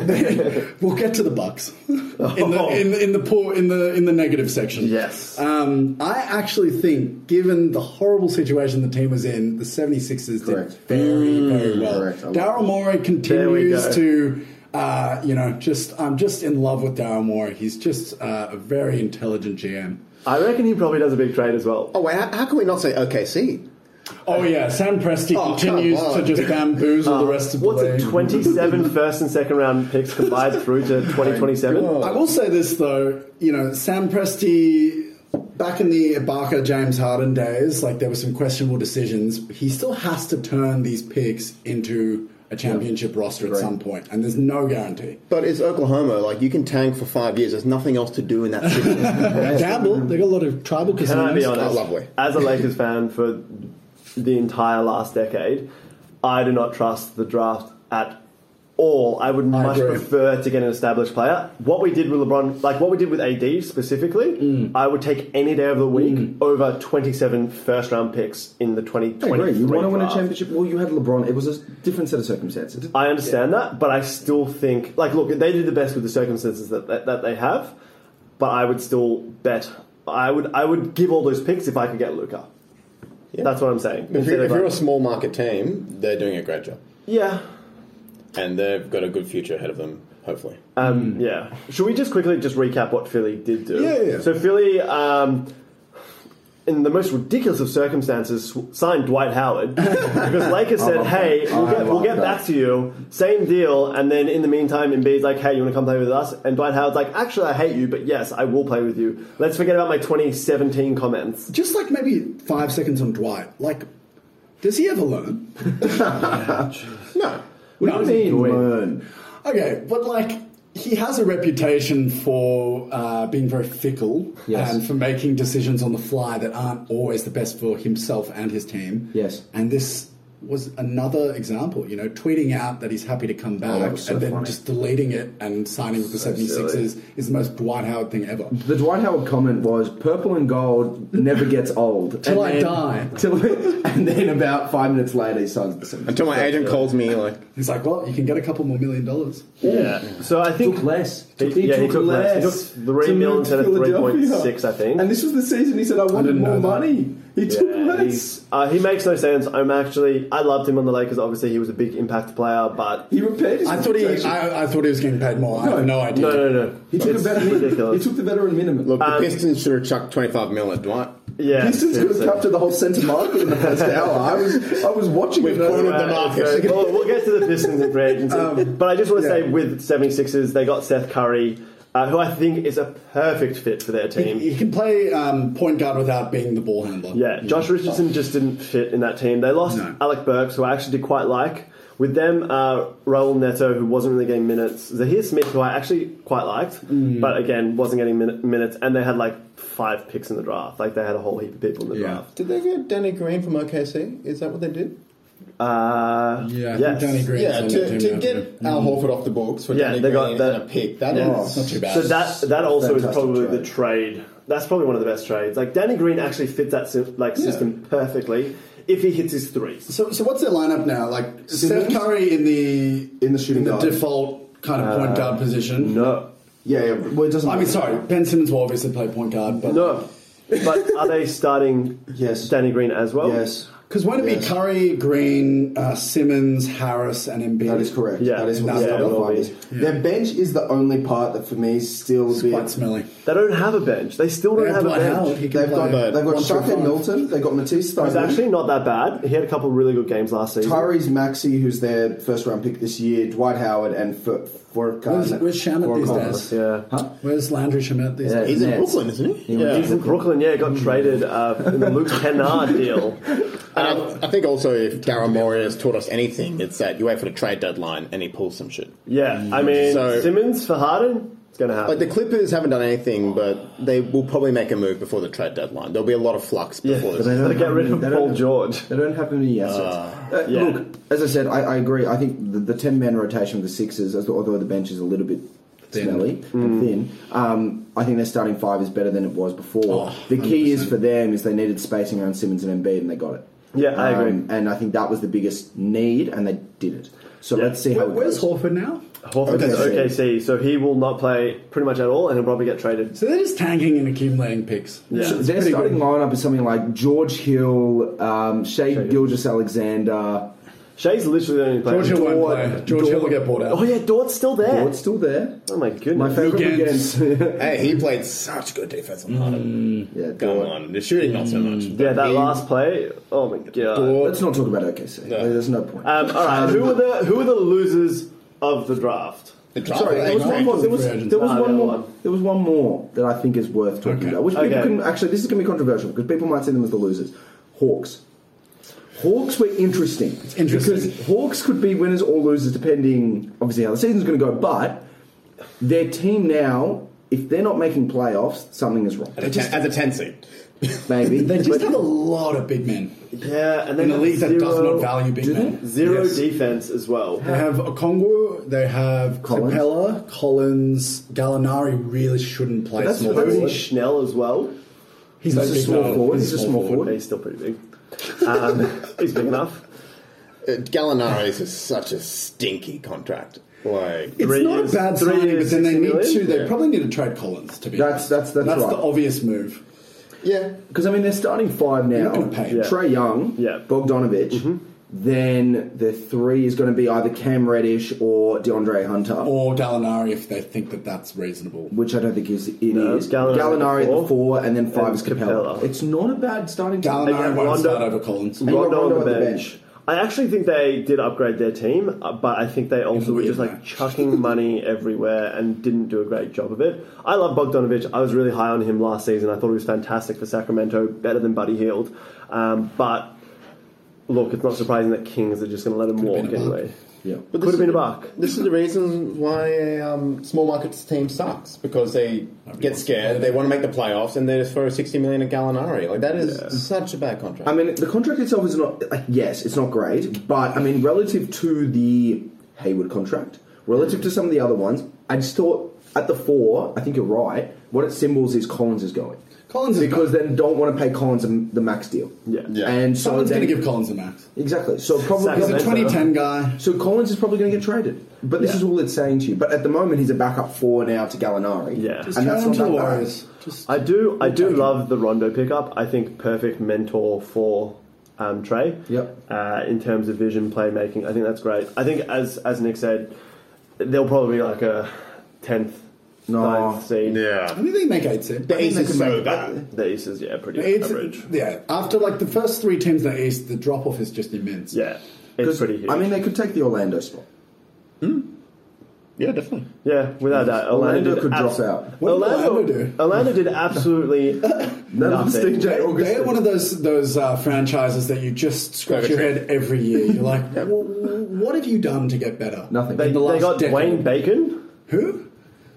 [SPEAKER 3] we'll get to the Bucks in the in, the- in the poor in the in the negative section.
[SPEAKER 2] Yes.
[SPEAKER 3] um, I actually think, given the horrible situation the team was in, the 76ers
[SPEAKER 4] Correct.
[SPEAKER 3] did very very well.
[SPEAKER 4] Correct. I love
[SPEAKER 3] Daryl Morey
[SPEAKER 2] There we
[SPEAKER 3] continues
[SPEAKER 2] go.
[SPEAKER 3] to. Uh, you know, just I'm just in love with Daryl Morey. He's just uh, a very intelligent GM.
[SPEAKER 2] I reckon he probably does a big trade as well.
[SPEAKER 6] Oh wait, how, how can we not say OKC?
[SPEAKER 3] Oh yeah, Sam Presti
[SPEAKER 6] Oh,
[SPEAKER 3] continues
[SPEAKER 6] come
[SPEAKER 3] to
[SPEAKER 6] on.
[SPEAKER 3] just bamboozle the rest of the
[SPEAKER 2] What's it,
[SPEAKER 3] league.
[SPEAKER 2] 27 first and second round picks combined through to 2027?
[SPEAKER 3] I will say this though, you know, Sam Presti back in the Ibaka James Harden days, like there were some questionable decisions. He still has to turn these picks into a championship roster at some point, and there's no guarantee.
[SPEAKER 6] But it's Oklahoma. Like you can tank for five years. There's nothing else to do in that city.
[SPEAKER 3] Gamble, they got a lot of tribal
[SPEAKER 2] Can I be
[SPEAKER 3] casinos.
[SPEAKER 2] honest?
[SPEAKER 4] Oh,
[SPEAKER 6] lovely.
[SPEAKER 2] As a Lakers fan for the entire last decade, I do not trust the draft at all. I would much
[SPEAKER 3] agree.
[SPEAKER 2] prefer to get an established player. What we did with LeBron, like what we did with AD specifically,
[SPEAKER 4] Mm.
[SPEAKER 2] I would take any day of the week over 27 first round picks in the 2023
[SPEAKER 4] I agree. You want to win a
[SPEAKER 2] draft.
[SPEAKER 4] championship? Well, you had LeBron. It was a different set of circumstances.
[SPEAKER 2] I understand that, but I still think, like, look, they did the best with the circumstances that, that, that they have, but I would still bet. I would I would give all those picks if I could get Luca. That's what I'm saying.
[SPEAKER 6] if,
[SPEAKER 2] Instead
[SPEAKER 6] you're,
[SPEAKER 2] of
[SPEAKER 6] if you're a
[SPEAKER 2] like-
[SPEAKER 6] small market team, they're doing a great job,
[SPEAKER 2] yeah,
[SPEAKER 6] and they've got a good future ahead of them. Hopefully,
[SPEAKER 2] um, yeah. Should we just quickly just recap what Philly did do?
[SPEAKER 3] Yeah, yeah, yeah.
[SPEAKER 2] So Philly, um, in the most ridiculous of circumstances, sw- signed Dwight Howard because Lakers said, "Hey, we'll get, we'll get back to you, same deal." And then in the meantime, Embiid's like, "Hey, you want to come play with us?" And Dwight Howard's like, "Actually, I hate you, but yes, I will play with you." Let's forget about my 2017 comments.
[SPEAKER 3] Just like maybe five seconds on Dwight. Like, does he ever learn?
[SPEAKER 6] no.
[SPEAKER 2] What do you mean?
[SPEAKER 4] Learn.
[SPEAKER 3] Okay, but like he has a reputation for uh, being very fickle
[SPEAKER 4] Yes.
[SPEAKER 3] and for making decisions on the fly that aren't always the best for himself and his team.
[SPEAKER 4] Yes.
[SPEAKER 3] and this was another example. You know, tweeting out that he's happy to come back
[SPEAKER 4] was Oh, so
[SPEAKER 3] and then
[SPEAKER 4] funny.
[SPEAKER 3] just deleting it and signing with the 76ers is the most Dwight Howard thing ever.
[SPEAKER 4] The Dwight Howard comment was "Purple and gold never gets old."
[SPEAKER 3] Till I
[SPEAKER 4] And then-
[SPEAKER 3] die.
[SPEAKER 4] till- and then about five minutes later, he signs the seven.
[SPEAKER 6] Until my agent calls me, like,
[SPEAKER 3] He's like, well, you can get a couple more million dollars.
[SPEAKER 2] Yeah. So I think
[SPEAKER 4] took less.
[SPEAKER 2] He- yeah, he took less. He took three
[SPEAKER 4] to move
[SPEAKER 2] mil instead
[SPEAKER 4] to
[SPEAKER 2] of
[SPEAKER 4] Philadelphia.
[SPEAKER 2] 3.6, I think.
[SPEAKER 4] And this was the season he said, "I wanted
[SPEAKER 3] didn't
[SPEAKER 4] more
[SPEAKER 3] know that.
[SPEAKER 4] money." He took
[SPEAKER 2] Yeah,
[SPEAKER 4] less.
[SPEAKER 2] he's- uh, he makes no sense. I'm actually, I loved him on the Lakers. Obviously, he was a big impact player, but
[SPEAKER 4] He repaired his.
[SPEAKER 3] I thought he,
[SPEAKER 4] reputation.
[SPEAKER 3] I, I thought he was getting paid more. I have no idea.
[SPEAKER 2] no, no, no.
[SPEAKER 4] he took a
[SPEAKER 2] It's
[SPEAKER 4] veteran.
[SPEAKER 2] ridiculous.
[SPEAKER 4] He took the veteran minimum.
[SPEAKER 6] look, the Pistons should have chucked 25 mil at Dwight.
[SPEAKER 2] yeah,
[SPEAKER 4] Pistons could have
[SPEAKER 2] seriously.
[SPEAKER 4] captured the whole centre market in the first hour. I was, I was watching. We've
[SPEAKER 6] cornered
[SPEAKER 2] Uh,
[SPEAKER 6] the market.
[SPEAKER 2] okay. Well, we'll get to the Pistons in free agency.
[SPEAKER 3] Um,
[SPEAKER 2] but I just want to say with 76ers, they got Seth Curry, uh, who I think is a perfect fit for their team.
[SPEAKER 3] He can play um, point guard without being the ball handler.
[SPEAKER 2] Yeah, Josh Richardson just didn't fit in that team. They lost
[SPEAKER 3] No.
[SPEAKER 2] Alec Burks, who I actually did quite like. With them, uh, Raul Neto, who wasn't really getting minutes. Zahir Smith, who I actually quite liked,
[SPEAKER 3] Mm.
[SPEAKER 2] but again, wasn't getting min- minutes. And they had like five picks in the draft. Like they had a whole heap of people in the
[SPEAKER 3] Yeah.
[SPEAKER 2] draft.
[SPEAKER 6] Did they get Danny Green from OKC? Is that what they did?
[SPEAKER 2] Uh,
[SPEAKER 3] Yeah, I think
[SPEAKER 2] yes.
[SPEAKER 3] Danny Green's
[SPEAKER 5] Yeah,
[SPEAKER 3] on
[SPEAKER 5] to,
[SPEAKER 3] that
[SPEAKER 5] to
[SPEAKER 3] team now, too.
[SPEAKER 5] get Al Horford off the books for
[SPEAKER 2] Yeah,
[SPEAKER 5] Danny
[SPEAKER 2] they got
[SPEAKER 5] Green
[SPEAKER 2] that-
[SPEAKER 5] and a pick, that is
[SPEAKER 4] Yeah.
[SPEAKER 3] Not too bad.
[SPEAKER 2] Oh, So that that also is
[SPEAKER 4] Fantastic
[SPEAKER 2] probably
[SPEAKER 4] trade.
[SPEAKER 2] the trade. That's probably one of the best trades. Like Danny Green actually fit that sy- like system perfectly if he hits his threes.
[SPEAKER 3] So, so what's their lineup now? Like
[SPEAKER 4] Simmons?
[SPEAKER 3] Steph Curry in the
[SPEAKER 4] In the shooting
[SPEAKER 3] the
[SPEAKER 4] guard. Uh,
[SPEAKER 3] default kind of point guard position.
[SPEAKER 2] No,
[SPEAKER 4] yeah, yeah. Well, it doesn't.
[SPEAKER 3] I mean, sorry, Ben Simmons will obviously play point guard, but
[SPEAKER 2] no. but are they starting
[SPEAKER 4] Yes.
[SPEAKER 2] Danny Green as well?
[SPEAKER 4] Yes,
[SPEAKER 3] because won't it be
[SPEAKER 4] Yes.
[SPEAKER 3] Curry, Green, uh, Simmons, Harris, and Embiid?
[SPEAKER 4] that is correct.
[SPEAKER 2] Yeah.
[SPEAKER 4] that is what
[SPEAKER 2] Yeah,
[SPEAKER 4] the
[SPEAKER 2] it will
[SPEAKER 4] line
[SPEAKER 2] be.
[SPEAKER 4] is. Their bench is the only part that for me is still a
[SPEAKER 3] It's
[SPEAKER 4] bit.
[SPEAKER 3] quite smelly.
[SPEAKER 2] They don't have a bench. They still don't
[SPEAKER 3] They have
[SPEAKER 2] have,
[SPEAKER 3] Dwight
[SPEAKER 2] a bench.
[SPEAKER 3] Howard. He can
[SPEAKER 4] They've got
[SPEAKER 3] play
[SPEAKER 4] they've got
[SPEAKER 3] one through
[SPEAKER 4] Shaka
[SPEAKER 3] five.
[SPEAKER 4] Milton. They've got Matisse
[SPEAKER 2] He's
[SPEAKER 4] Thybulle.
[SPEAKER 2] actually not that bad. He had a couple of really good games last season.
[SPEAKER 4] Tyrese Maxey, who's their first round pick this year, Dwight Howard, and for for
[SPEAKER 3] Where's- where's Shamet these days?
[SPEAKER 2] yeah.
[SPEAKER 3] Where's Landry Shamet these days?
[SPEAKER 6] He's in Brooklyn, isn't he? Yeah.
[SPEAKER 2] He's in Brooklyn, yeah, got traded uh, in the Luke Kennard deal.
[SPEAKER 6] And I, I think also if Daryl Morey has taught us anything, it's that you wait for the trade deadline and he pulls some shit.
[SPEAKER 2] Yeah, I mean,
[SPEAKER 6] So-
[SPEAKER 2] Simmons for Harden, it's going to happen.
[SPEAKER 6] Like the Clippers haven't done anything, but they will probably make a move before the trade deadline. There'll be a lot of flux
[SPEAKER 2] yeah,
[SPEAKER 6] before
[SPEAKER 2] they
[SPEAKER 6] this.
[SPEAKER 2] gotta get rid of
[SPEAKER 4] They don't
[SPEAKER 2] Paul
[SPEAKER 4] have-
[SPEAKER 2] George.
[SPEAKER 4] They don't have many assets. Uh,
[SPEAKER 2] Ah, yeah.
[SPEAKER 4] Look, as I said, I, I agree. I think the, the ten man rotation of the Sixers, as- although the bench is a little bit smelly
[SPEAKER 2] Hmm.
[SPEAKER 4] and thin, um, I think their starting five is better than it was before.
[SPEAKER 3] Oh,
[SPEAKER 4] the key is
[SPEAKER 3] 100%.
[SPEAKER 4] for them is they needed spacing around Simmons and Embiid, and they got it. Um,
[SPEAKER 2] Yeah, I agree.
[SPEAKER 4] and I think that was the biggest need, and they did it. So
[SPEAKER 2] Yeah.
[SPEAKER 4] let's see how
[SPEAKER 3] Where-
[SPEAKER 4] it
[SPEAKER 3] where's
[SPEAKER 4] goes.
[SPEAKER 3] Horford now?
[SPEAKER 2] Horford is
[SPEAKER 4] OKC.
[SPEAKER 2] OKC, so he will not play pretty much at all, and he'll probably get traded.
[SPEAKER 3] So they're just tanking and accumulating picks.
[SPEAKER 2] Yeah.
[SPEAKER 4] So their
[SPEAKER 3] pretty
[SPEAKER 4] starting
[SPEAKER 3] good.
[SPEAKER 4] lineup is something like George Hill, um, Shea Gilgis Alexander,
[SPEAKER 2] Shea's literally the only player.
[SPEAKER 3] George Hill won't
[SPEAKER 2] Dort-
[SPEAKER 3] play. George Hill will get bought out.
[SPEAKER 2] Oh yeah, Dort's still there.
[SPEAKER 4] It's still there.
[SPEAKER 2] Oh my goodness.
[SPEAKER 4] My favourite
[SPEAKER 3] Against-
[SPEAKER 4] against.
[SPEAKER 6] Hey, he played such good defense on Harden.
[SPEAKER 4] yeah,
[SPEAKER 6] Come
[SPEAKER 4] Dort.
[SPEAKER 6] on, the shooting not so much.
[SPEAKER 2] Mm, yeah,
[SPEAKER 6] but
[SPEAKER 2] that
[SPEAKER 6] he-
[SPEAKER 2] last play. Oh my god.
[SPEAKER 4] Let's not talk about OKC. There's no point.
[SPEAKER 2] Um, all right, who were the who were the losers of the draft?
[SPEAKER 6] The draft
[SPEAKER 4] Sorry, there was, one more, there, was, there,
[SPEAKER 2] Ah,
[SPEAKER 4] was one
[SPEAKER 2] the other
[SPEAKER 4] more,
[SPEAKER 2] one.
[SPEAKER 4] there was one more that I think is worth talking about. Which people
[SPEAKER 2] Okay.
[SPEAKER 4] can actually, this is going to be controversial because people might see them as the losers. Hawks. Hawks were interesting. It's
[SPEAKER 3] interesting.
[SPEAKER 4] Because Hawks could be winners or losers depending, obviously, how the season's going to go. But their team now, if they're not making playoffs, something is wrong.
[SPEAKER 6] As a ten- as a 10 seed.
[SPEAKER 4] Maybe.
[SPEAKER 3] They just
[SPEAKER 4] But-
[SPEAKER 3] have a lot of big men
[SPEAKER 2] Yeah, and then
[SPEAKER 3] in a league that
[SPEAKER 2] zero,
[SPEAKER 3] does not value big men.
[SPEAKER 2] zero
[SPEAKER 3] Yes.
[SPEAKER 2] defense as well.
[SPEAKER 3] They have Okongwu, they have
[SPEAKER 4] Collins.
[SPEAKER 3] Capella, Collins, Gallinari really shouldn't play
[SPEAKER 4] That's-
[SPEAKER 3] small
[SPEAKER 4] that's-
[SPEAKER 2] Tony
[SPEAKER 3] forward.
[SPEAKER 2] Schnell as well.
[SPEAKER 3] He's
[SPEAKER 4] He's
[SPEAKER 3] no
[SPEAKER 4] a
[SPEAKER 3] big
[SPEAKER 4] small
[SPEAKER 3] man.
[SPEAKER 4] forward. He's a small
[SPEAKER 2] But
[SPEAKER 4] forward.
[SPEAKER 2] He's still pretty big. Um, he's big enough.
[SPEAKER 6] Uh, Gallinari is just such a stinky contract. Like,
[SPEAKER 3] It's
[SPEAKER 2] Three
[SPEAKER 3] not
[SPEAKER 2] years-
[SPEAKER 3] a bad
[SPEAKER 2] three
[SPEAKER 3] signing,
[SPEAKER 2] years,
[SPEAKER 3] but then they
[SPEAKER 2] 60
[SPEAKER 3] need
[SPEAKER 2] million?
[SPEAKER 3] to. They probably need to trade Collins. To be
[SPEAKER 4] That's-
[SPEAKER 3] honest.
[SPEAKER 4] that's- that's right.
[SPEAKER 3] the obvious move.
[SPEAKER 6] yeah.
[SPEAKER 4] Because I mean, they're starting five now. Mm-hmm.
[SPEAKER 3] Look at Payne. Yeah.
[SPEAKER 4] Trey Young,
[SPEAKER 2] Yeah.
[SPEAKER 4] Bogdanovich. Then the three is going to be either Cam Reddish or DeAndre Hunter,
[SPEAKER 3] Or Gallinari if they think that that's reasonable.
[SPEAKER 4] which I don't think is it
[SPEAKER 2] No,
[SPEAKER 4] is.
[SPEAKER 2] Gallinari
[SPEAKER 4] Gallinari, at the four, and then five
[SPEAKER 2] and
[SPEAKER 4] is Capella.
[SPEAKER 2] Capella.
[SPEAKER 4] It's not a bad starting
[SPEAKER 3] Gallinari
[SPEAKER 4] team.
[SPEAKER 2] Again,
[SPEAKER 3] won't
[SPEAKER 2] Rondo-
[SPEAKER 3] start over Collins.
[SPEAKER 4] you got
[SPEAKER 2] Rondo
[SPEAKER 4] Rondo
[SPEAKER 2] on the
[SPEAKER 4] at the
[SPEAKER 2] bench.
[SPEAKER 4] bench.
[SPEAKER 2] I actually think they did upgrade their team, uh, but I think they also were
[SPEAKER 3] weird
[SPEAKER 2] just like
[SPEAKER 3] match.
[SPEAKER 2] chucking money everywhere and didn't do a great job of it. I love Bogdanovich. I was really high on him last season. I thought he was fantastic for Sacramento, better than Buddy Heald. Um, but look, it's not surprising that Kings are just going to let him walk
[SPEAKER 3] been a buck.
[SPEAKER 2] anyway.
[SPEAKER 4] Yeah.
[SPEAKER 6] But
[SPEAKER 2] Could
[SPEAKER 6] this
[SPEAKER 2] have been a
[SPEAKER 6] is-
[SPEAKER 2] buck.
[SPEAKER 6] This is the reason why um, small markets team sucks because they get scared, they want to make the playoffs, and they just throw sixty million at Gallinari. Like that is such a bad contract.
[SPEAKER 4] I mean, the contract itself is not. Like, yes, it's not great, but I mean, relative to the Hayward contract, relative to some of the other ones, I just thought at the four. I think you're right. What it symbols is Collins is going.
[SPEAKER 3] Collins is
[SPEAKER 4] because they don't want to pay Collins m- the max deal.
[SPEAKER 2] Yeah.
[SPEAKER 6] Yeah.
[SPEAKER 4] And so
[SPEAKER 3] Someone's
[SPEAKER 4] then-
[SPEAKER 3] going to give Collins a max.
[SPEAKER 4] exactly. So probably
[SPEAKER 3] He's a
[SPEAKER 2] Sacramento.
[SPEAKER 3] 2010 guy.
[SPEAKER 4] so Collins is probably going to get traded. But this is all it's saying to you. But at the moment, he's a backup four now to Gallinari.
[SPEAKER 2] Yeah.
[SPEAKER 3] Just trade
[SPEAKER 4] and that's
[SPEAKER 3] him to
[SPEAKER 4] not
[SPEAKER 3] the
[SPEAKER 4] that bad.
[SPEAKER 3] Warriors. Just
[SPEAKER 2] I do. I do love the Rondo pickup. I think perfect mentor for um, Trey.
[SPEAKER 4] Yep.
[SPEAKER 2] Uh, in terms of vision, playmaking, I think that's great. I think as as Nick said, they'll probably be like a tenth,
[SPEAKER 4] No.
[SPEAKER 2] ninth seed.
[SPEAKER 3] I think they make eight seed.
[SPEAKER 6] the East is so bad.
[SPEAKER 2] The East is yeah pretty
[SPEAKER 3] The East-
[SPEAKER 2] average.
[SPEAKER 3] yeah, after like the first three teams in the East, the drop off is just immense.
[SPEAKER 2] Yeah, it's
[SPEAKER 4] 'Cause,
[SPEAKER 2] pretty huge.
[SPEAKER 4] I mean, they could take the Orlando spot.
[SPEAKER 6] Yeah, definitely.
[SPEAKER 2] yeah, without that, Orlando,
[SPEAKER 4] Orlando
[SPEAKER 2] did
[SPEAKER 4] could
[SPEAKER 2] abs-
[SPEAKER 4] drop out.
[SPEAKER 3] What did
[SPEAKER 2] Orlando,
[SPEAKER 3] Orlando do?
[SPEAKER 2] Orlando did absolutely nothing.
[SPEAKER 4] Steve J.
[SPEAKER 3] They,
[SPEAKER 4] Augustin.
[SPEAKER 3] they are one of those those uh, franchises that you just scratch your head every year. You're like, "Wha- what have you done to get better?
[SPEAKER 4] Nothing.
[SPEAKER 2] They,
[SPEAKER 3] In the
[SPEAKER 2] they
[SPEAKER 3] last
[SPEAKER 2] got
[SPEAKER 3] decade.
[SPEAKER 2] Dwayne Bacon.
[SPEAKER 3] Who?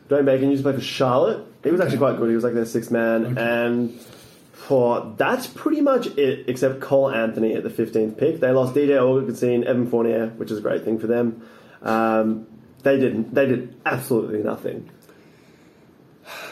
[SPEAKER 2] Dwayne Bacon used to play for Charlotte. He was actually quite good. He was like their sixth man, and for that's pretty much it. Except Cole Anthony at the fifteenth pick, they lost DJ Augustine, Evan Fournier, which is a great thing for them. Um, they did they did absolutely nothing.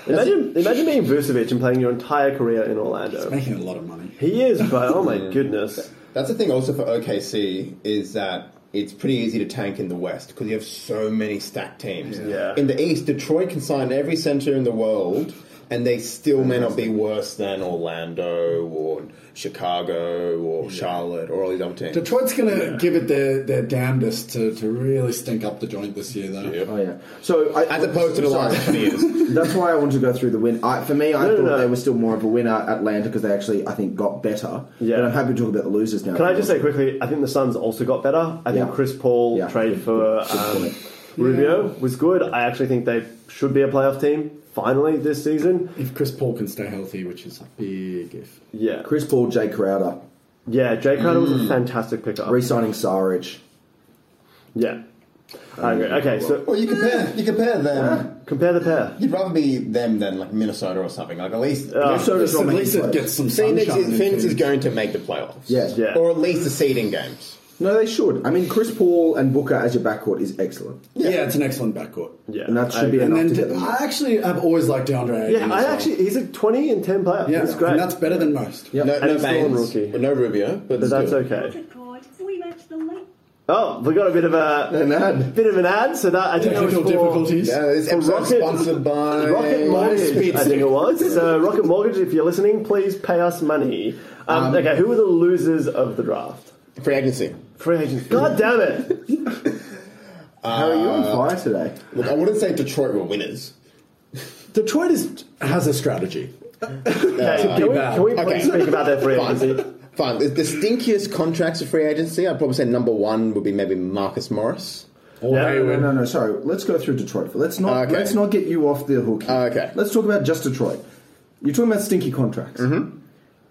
[SPEAKER 2] Imagine imagine being Vucevic and playing your entire career in Orlando.
[SPEAKER 3] Making a lot of money.
[SPEAKER 2] He is, but oh my goodness,
[SPEAKER 6] That's the thing also for OKC is that it's pretty easy to tank in the West because you have so many stacked teams.
[SPEAKER 2] Yeah.
[SPEAKER 6] In the East, Detroit can sign every center in the world, and they still may not be worse than Orlando or Chicago or Charlotte or all these other teams.
[SPEAKER 3] Detroit's going to give it their, their damnedest to, to really stink up the joint this year, though.
[SPEAKER 6] Yeah.
[SPEAKER 4] Oh yeah. So I,
[SPEAKER 6] As opposed to the
[SPEAKER 4] sorry.
[SPEAKER 6] last 20 years.
[SPEAKER 4] That's why I wanted to go through the win. I, for me, I
[SPEAKER 2] No, no,
[SPEAKER 4] thought
[SPEAKER 2] no.
[SPEAKER 4] they were still more of a winner, Atlanta, because they actually, I think, got better.
[SPEAKER 2] Yeah.
[SPEAKER 4] But I'm happy to talk about the losers now.
[SPEAKER 2] Can I just say quickly? I think the Suns also got better. I think
[SPEAKER 4] Yeah.
[SPEAKER 2] Chris Paul
[SPEAKER 4] Yeah.
[SPEAKER 2] trade for um, Rubio was good. I actually think they should be a playoff team finally this season.
[SPEAKER 3] If Chris Paul can stay healthy, which is a big if.
[SPEAKER 2] Yeah,
[SPEAKER 4] Chris Paul, Jay Crowder,
[SPEAKER 2] yeah. Jay Crowder was a fantastic pickup.
[SPEAKER 4] re-signing Saric.
[SPEAKER 2] Yeah, I agree. Okay, so
[SPEAKER 6] Well, you compare you compare them.
[SPEAKER 2] compare the pair.
[SPEAKER 6] You'd rather be them than like Minnesota or something. Like at least
[SPEAKER 4] Minnesota's
[SPEAKER 3] At
[SPEAKER 4] not
[SPEAKER 3] least
[SPEAKER 4] making
[SPEAKER 3] it
[SPEAKER 4] playoffs.
[SPEAKER 3] gets some
[SPEAKER 6] Phoenix
[SPEAKER 3] sunshine.
[SPEAKER 6] is,
[SPEAKER 3] in
[SPEAKER 6] Phoenix is
[SPEAKER 3] Phoenix.
[SPEAKER 6] going to make the playoffs.
[SPEAKER 4] Yeah.
[SPEAKER 2] Yeah.
[SPEAKER 6] Or at least the seeding games.
[SPEAKER 4] No, they should. I mean, Chris Paul and Booker as your backcourt is excellent.
[SPEAKER 3] yeah. it's an excellent backcourt.
[SPEAKER 2] Yeah,
[SPEAKER 4] And that
[SPEAKER 2] I
[SPEAKER 4] should be
[SPEAKER 2] agree.
[SPEAKER 4] enough
[SPEAKER 3] And then
[SPEAKER 4] to get
[SPEAKER 3] to,
[SPEAKER 4] them.
[SPEAKER 3] I actually have always liked DeAndre. Ayton
[SPEAKER 2] Yeah,
[SPEAKER 3] as
[SPEAKER 2] I
[SPEAKER 3] well.
[SPEAKER 2] actually he's a twenty and ten player.
[SPEAKER 3] Yeah,
[SPEAKER 2] that's great.
[SPEAKER 3] And that's better than most.
[SPEAKER 4] Yep.
[SPEAKER 6] No,
[SPEAKER 2] And
[SPEAKER 6] no
[SPEAKER 2] it's still on
[SPEAKER 6] Baines,
[SPEAKER 2] rookie.
[SPEAKER 6] no Rubio, but,
[SPEAKER 2] but
[SPEAKER 6] it's
[SPEAKER 2] that's
[SPEAKER 6] good.
[SPEAKER 8] What's
[SPEAKER 2] okay.
[SPEAKER 8] it called? We match the light.
[SPEAKER 2] Oh, we got a bit of a
[SPEAKER 4] An ad.
[SPEAKER 2] bit of an ad. So that I think that was
[SPEAKER 3] Technical
[SPEAKER 2] for-
[SPEAKER 3] difficulties.
[SPEAKER 6] Yeah, this
[SPEAKER 2] For
[SPEAKER 6] episode
[SPEAKER 2] Rocket-
[SPEAKER 6] sponsored by
[SPEAKER 2] Rocket Mortgage, I think it was. So, Rocket Mortgage, if you're Um, listening, please pay us money. Um, okay, who were the losers of the draft?
[SPEAKER 6] Free agency.
[SPEAKER 2] Free agents. God damn it.
[SPEAKER 4] How are you on fire today?
[SPEAKER 6] Look, I wouldn't say Detroit were winners.
[SPEAKER 3] Detroit is, has a strategy.
[SPEAKER 2] Okay, can, we, can we please
[SPEAKER 6] Okay.
[SPEAKER 2] speak about their free agency?
[SPEAKER 6] Fine. Fine. The, the stinkiest contracts of free agency, I'd probably say number one would be maybe Marcus Morris.
[SPEAKER 3] Or
[SPEAKER 2] Yeah.
[SPEAKER 4] No,
[SPEAKER 3] Hayward.
[SPEAKER 4] no, no. Sorry. Let's go through Detroit. Let's not.
[SPEAKER 6] Okay.
[SPEAKER 4] Let's not get you off the hook. here.
[SPEAKER 6] Okay.
[SPEAKER 4] Let's talk about just Detroit. You're talking about stinky contracts. Mm-hmm.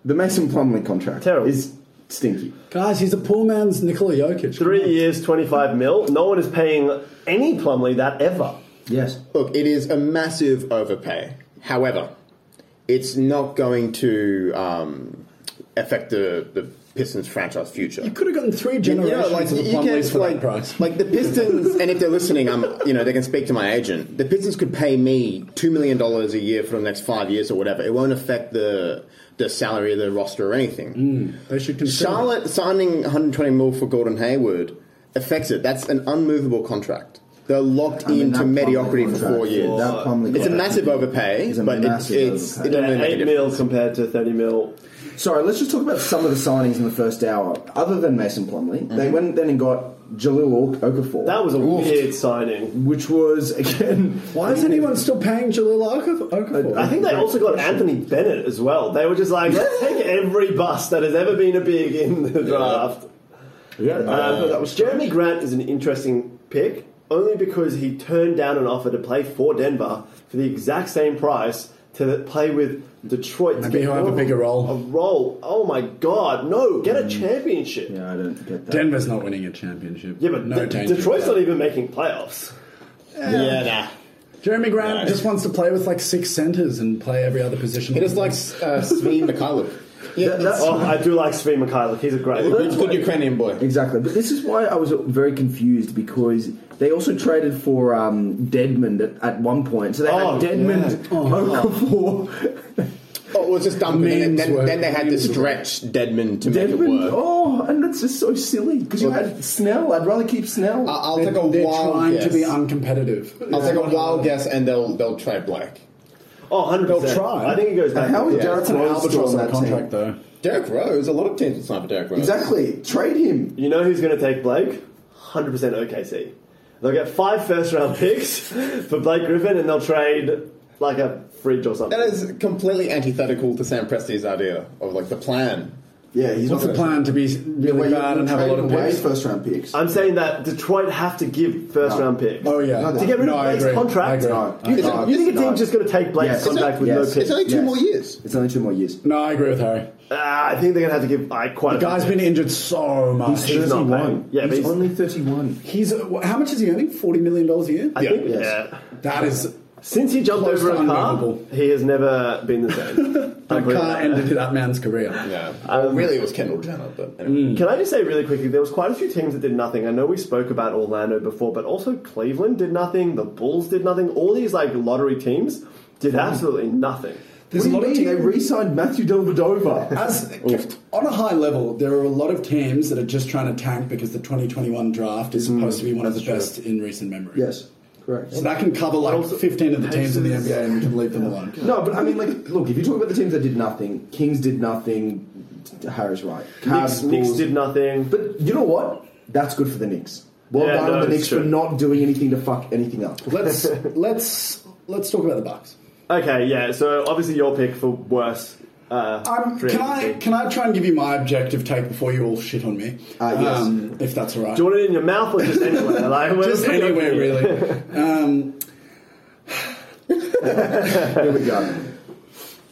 [SPEAKER 4] The Mason Plumley contract
[SPEAKER 2] Terrible.
[SPEAKER 4] is stinky.
[SPEAKER 3] Guys, he's a poor man's Nikola Jokic.
[SPEAKER 2] Three years, 25 mil. No one is paying any Plumley that ever.
[SPEAKER 4] Yes.
[SPEAKER 6] Look, it is a massive overpay. However, it's not going to um, affect the, the Pistons franchise future.
[SPEAKER 3] You could have gotten three
[SPEAKER 6] You know,
[SPEAKER 3] generations
[SPEAKER 6] like,
[SPEAKER 3] of the
[SPEAKER 6] you
[SPEAKER 3] Plumleys
[SPEAKER 6] can,
[SPEAKER 3] for
[SPEAKER 6] like,
[SPEAKER 3] that price.
[SPEAKER 6] like the Pistons, and if they're listening, I'm, you know, they can speak to my agent. The Pistons could pay me two million dollars a year for the next five years or whatever. It won't affect the the salary of the roster or anything.
[SPEAKER 3] they should consider.
[SPEAKER 6] Charlotte signing 120 mil for Gordon Hayward affects it. That's an unmovable contract. They're locked
[SPEAKER 4] mean,
[SPEAKER 6] into
[SPEAKER 4] that
[SPEAKER 6] mediocrity for
[SPEAKER 4] Plumlee
[SPEAKER 6] four
[SPEAKER 4] contract,
[SPEAKER 6] years.
[SPEAKER 4] that Plumlee
[SPEAKER 6] it's a
[SPEAKER 4] contract
[SPEAKER 6] massive overpay,
[SPEAKER 4] is a
[SPEAKER 6] but it,
[SPEAKER 4] massive
[SPEAKER 6] it's
[SPEAKER 4] overpay.
[SPEAKER 6] it doesn't really
[SPEAKER 2] Yeah,
[SPEAKER 6] make a
[SPEAKER 2] 8
[SPEAKER 6] difference.
[SPEAKER 2] mil compared to 30 mil.
[SPEAKER 4] Sorry. Let's just talk about some of the signings in the first hour. Other than Mason Plumley, they went then and got Jalil Ok- Okafor.
[SPEAKER 2] That was a weird signing.
[SPEAKER 4] which was again.
[SPEAKER 3] Why is anyone still paying Jalil Okafor? Okafor?
[SPEAKER 6] Uh,
[SPEAKER 2] I think they also got Anthony Bennett as well. They were just like, let's take every bust that has ever been a big in the draft.
[SPEAKER 4] Yeah.
[SPEAKER 2] Um, Jeremy Grant is an interesting pick only because he turned down an offer to play for Denver for the exact same price to play with Detroit. to
[SPEAKER 3] Maybe
[SPEAKER 2] get
[SPEAKER 3] he'll have a
[SPEAKER 2] more-
[SPEAKER 3] bigger role. Hmm.
[SPEAKER 2] A role. Oh my God! No, get a championship. Yeah,
[SPEAKER 4] yeah, I don't get that.
[SPEAKER 3] Denver's not winning a championship.
[SPEAKER 2] but
[SPEAKER 3] no
[SPEAKER 2] De-
[SPEAKER 3] danger.
[SPEAKER 2] Detroit's not even making playoffs.
[SPEAKER 6] Yeah, nah.
[SPEAKER 3] Jeremy Grant
[SPEAKER 6] No.
[SPEAKER 3] just wants to play with like six centers and play every other position.
[SPEAKER 6] It is like uh, Sven Mikhailuk. Yeah, that's
[SPEAKER 2] Oh, I do like Sven Mikhailuk. He's a great.
[SPEAKER 6] good, good Ukrainian boy.
[SPEAKER 4] Exactly, but this is why I was very confused because they also traded for um, Deadman at, at one point. So they
[SPEAKER 2] Oh,
[SPEAKER 4] had Deadman,
[SPEAKER 2] yeah.
[SPEAKER 4] Okafor,
[SPEAKER 6] Oh, it was just dumping. And
[SPEAKER 3] Memes
[SPEAKER 6] then,
[SPEAKER 3] were-
[SPEAKER 6] then, then they had to
[SPEAKER 3] memes were-
[SPEAKER 6] stretch Deadman to make it
[SPEAKER 4] Deadman.
[SPEAKER 6] work.
[SPEAKER 4] Oh, and that's just so silly because you
[SPEAKER 6] Well,
[SPEAKER 4] had Snell. I'd rather keep Snell.
[SPEAKER 6] I- I'll
[SPEAKER 3] they're,
[SPEAKER 6] take a
[SPEAKER 3] they're
[SPEAKER 6] wild
[SPEAKER 3] trying
[SPEAKER 6] guess.
[SPEAKER 3] to be uncompetitive.
[SPEAKER 6] I'll take a wild guess, and they'll they'll trade Black.
[SPEAKER 2] Oh, 100
[SPEAKER 3] They'll
[SPEAKER 2] percent.
[SPEAKER 3] try.
[SPEAKER 2] I think he goes back.
[SPEAKER 4] How is
[SPEAKER 2] yeah.
[SPEAKER 4] Jarrett
[SPEAKER 3] That's an
[SPEAKER 4] Rose still
[SPEAKER 3] albatross
[SPEAKER 4] on
[SPEAKER 3] on
[SPEAKER 4] that
[SPEAKER 3] contract,
[SPEAKER 4] team?
[SPEAKER 3] though.
[SPEAKER 6] Derek Rose. A lot of teams would sign for Derek Rose.
[SPEAKER 4] Exactly, trade him.
[SPEAKER 2] You know who's going to take Blake? 100% OKC. They'll get five first round picks for Blake Griffin and they'll trade like a fridge or something.
[SPEAKER 6] That is completely antithetical to Sam Presti's idea of like the plan.
[SPEAKER 4] Yeah, he's
[SPEAKER 3] What's the plan to be really bad and have a lot of picks?
[SPEAKER 4] first round picks.
[SPEAKER 2] I'm saying that Detroit have to give first
[SPEAKER 4] No.
[SPEAKER 2] round picks.
[SPEAKER 3] Oh yeah,
[SPEAKER 4] No,
[SPEAKER 2] To get rid
[SPEAKER 3] No,
[SPEAKER 2] of
[SPEAKER 3] I
[SPEAKER 2] Blake's
[SPEAKER 3] agree. I
[SPEAKER 2] contract,
[SPEAKER 3] agree.
[SPEAKER 4] No,
[SPEAKER 2] you,
[SPEAKER 4] no,
[SPEAKER 2] think, you think a
[SPEAKER 4] no.
[SPEAKER 2] team's just going to take Blake's
[SPEAKER 4] Yes.
[SPEAKER 2] contract with
[SPEAKER 4] Yes.
[SPEAKER 2] no
[SPEAKER 6] It's only
[SPEAKER 2] pick?
[SPEAKER 6] two
[SPEAKER 4] Yes.
[SPEAKER 6] more years.
[SPEAKER 4] It's only two more years.
[SPEAKER 3] No, I agree with Harry.
[SPEAKER 2] Ah, I think they're going to have to give I quite a
[SPEAKER 3] Guy's been injured so much.
[SPEAKER 2] He's not paying. Yeah, but
[SPEAKER 4] he's,
[SPEAKER 2] he's-
[SPEAKER 4] only thirty-one.
[SPEAKER 3] He's how much is he earning? Forty million dollars a year.
[SPEAKER 2] I think,
[SPEAKER 6] Yeah.
[SPEAKER 2] yeah.
[SPEAKER 3] That is
[SPEAKER 2] Since he jumped
[SPEAKER 3] Close
[SPEAKER 2] over a
[SPEAKER 3] to
[SPEAKER 2] car,
[SPEAKER 3] unmovable.
[SPEAKER 2] he has never been the same.
[SPEAKER 3] that
[SPEAKER 2] I'm pretty-
[SPEAKER 3] car ended that man's career.
[SPEAKER 6] Yeah. well, really, it was Kendall Jenner, but anyway.
[SPEAKER 2] Can I just say really quickly, there was quite a few teams that did nothing. I know we spoke about Orlando before, but also Cleveland did nothing, the Bulls did nothing. All these like lottery teams did
[SPEAKER 3] Mm.
[SPEAKER 2] absolutely nothing.
[SPEAKER 3] There's a lot of
[SPEAKER 4] They
[SPEAKER 3] teams.
[SPEAKER 4] re-signed Matthew Dellavedova.
[SPEAKER 3] As, on a high level, there are a lot of teams that are just trying to tank because the 2021 draft is supposed to be one of the best in recent memory.
[SPEAKER 4] Yes, correct.
[SPEAKER 3] So that can cover like
[SPEAKER 2] also-
[SPEAKER 3] 15 of the teams in the NBA and we can leave them alone.
[SPEAKER 4] No, but I mean, like, look, if you talk about the teams that did nothing, Kings did nothing. Harris right.
[SPEAKER 2] Knicks,
[SPEAKER 4] Cavs,
[SPEAKER 2] Knicks
[SPEAKER 4] Bulls.
[SPEAKER 2] did nothing.
[SPEAKER 4] But you know what? That's good for the Knicks. Well
[SPEAKER 2] Yeah,
[SPEAKER 4] done
[SPEAKER 2] no,
[SPEAKER 4] on the
[SPEAKER 2] it's
[SPEAKER 4] Knicks for
[SPEAKER 2] true.
[SPEAKER 4] not doing anything to fuck anything up.
[SPEAKER 3] Let's let's let's talk about the Bucks.
[SPEAKER 2] Okay, yeah. So obviously your pick for worse. Uh,
[SPEAKER 3] Um,
[SPEAKER 2] free
[SPEAKER 3] can I
[SPEAKER 2] agency.
[SPEAKER 3] can I try and give you my objective take before you all shit on me?
[SPEAKER 4] Uh, yes.
[SPEAKER 3] Um, if that's all right.
[SPEAKER 2] Do you want it in your mouth or just anywhere? Like, we're
[SPEAKER 3] just
[SPEAKER 2] pretty
[SPEAKER 3] anywhere
[SPEAKER 2] open here.
[SPEAKER 3] really. Um,
[SPEAKER 4] Here we go.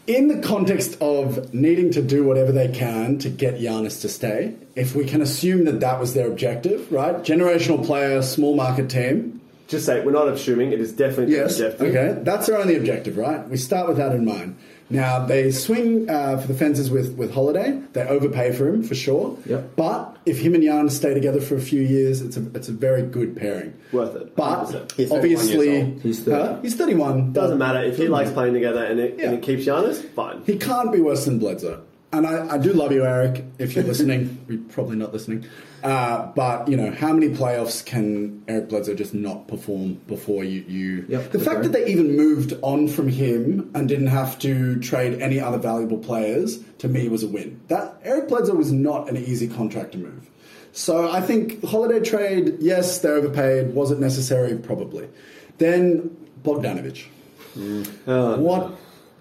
[SPEAKER 3] in the context of needing to do whatever they can to get Giannis to stay, if we can assume that that was their objective, right? Generational player, small market team.
[SPEAKER 2] Just say we're not assuming. It is definitely
[SPEAKER 3] Yes.
[SPEAKER 2] Jeff.
[SPEAKER 3] Okay. That's their only objective, right? We start with that in mind. Now they swing uh, for the fences with with Holiday. They overpay for him for sure.
[SPEAKER 4] Yep.
[SPEAKER 3] But if him and Giannis stay together for a few years, it's a it's a very good pairing.
[SPEAKER 2] Worth it.
[SPEAKER 3] But
[SPEAKER 6] He's 31 years
[SPEAKER 3] obviously,
[SPEAKER 6] old.
[SPEAKER 4] He's 30.
[SPEAKER 3] Huh? he's thirty one.
[SPEAKER 2] Doesn't matter if he likes playing together and it,
[SPEAKER 3] Yeah.
[SPEAKER 2] and it keeps Giannis. Fine.
[SPEAKER 3] He can't be worse than Bledsoe. and I, I do love you, Eric. If you're listening, you're probably not listening. Uh, but you know, how many playoffs can Eric Bledsoe just not perform before you? you
[SPEAKER 9] Yep,
[SPEAKER 3] the fact
[SPEAKER 9] agree.
[SPEAKER 3] that they even moved on from him and didn't have to trade any other valuable players to me was a win. That Eric Bledsoe was not an easy contract to move. So I think holiday trade, yes, they overpaid. Was it necessary? Probably. Then Bogdanovich. What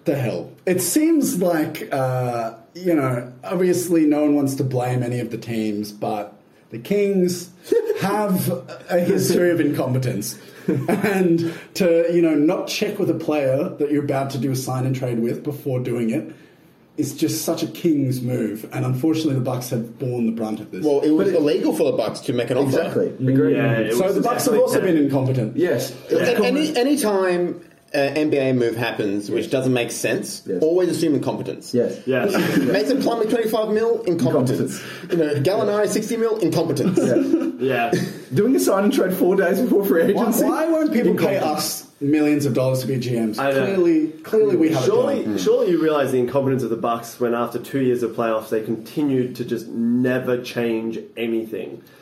[SPEAKER 3] the hell? It seems like, uh, you know, obviously no one wants to blame any of the teams, but the Kings have a history of incompetence. and to, you know, not check with a player that you're about to do a sign and trade with before doing it is just such a Kings move. And unfortunately, the Bucks have borne the brunt of this.
[SPEAKER 6] Well, it was illegal for the Bucks to make an offer.
[SPEAKER 4] Exactly.
[SPEAKER 2] Yeah, it
[SPEAKER 3] so
[SPEAKER 2] was
[SPEAKER 3] the Bucks have
[SPEAKER 2] definitely
[SPEAKER 3] also
[SPEAKER 2] bad.
[SPEAKER 3] been incompetent.
[SPEAKER 4] Yes.
[SPEAKER 6] A- Any any time uh, an NBA move happens which doesn't make sense,
[SPEAKER 4] Yes.
[SPEAKER 6] always assume incompetence.
[SPEAKER 4] Yes.
[SPEAKER 2] Yes.
[SPEAKER 6] Mason Plumlee, 25 mil, incompetence. You know, Gallinari, 60 mil, incompetence.
[SPEAKER 2] yeah.
[SPEAKER 4] Doing a sign and trade four days before free
[SPEAKER 3] Why,
[SPEAKER 4] agency.
[SPEAKER 3] why won't people pay us millions of dollars to be GMs?
[SPEAKER 2] I know.
[SPEAKER 3] Clearly, clearly we have a
[SPEAKER 2] Surely,
[SPEAKER 6] Hmm.
[SPEAKER 3] job.
[SPEAKER 2] surely you realise the incompetence of the Bucks when, after two years of playoffs, they continued to just never change anything.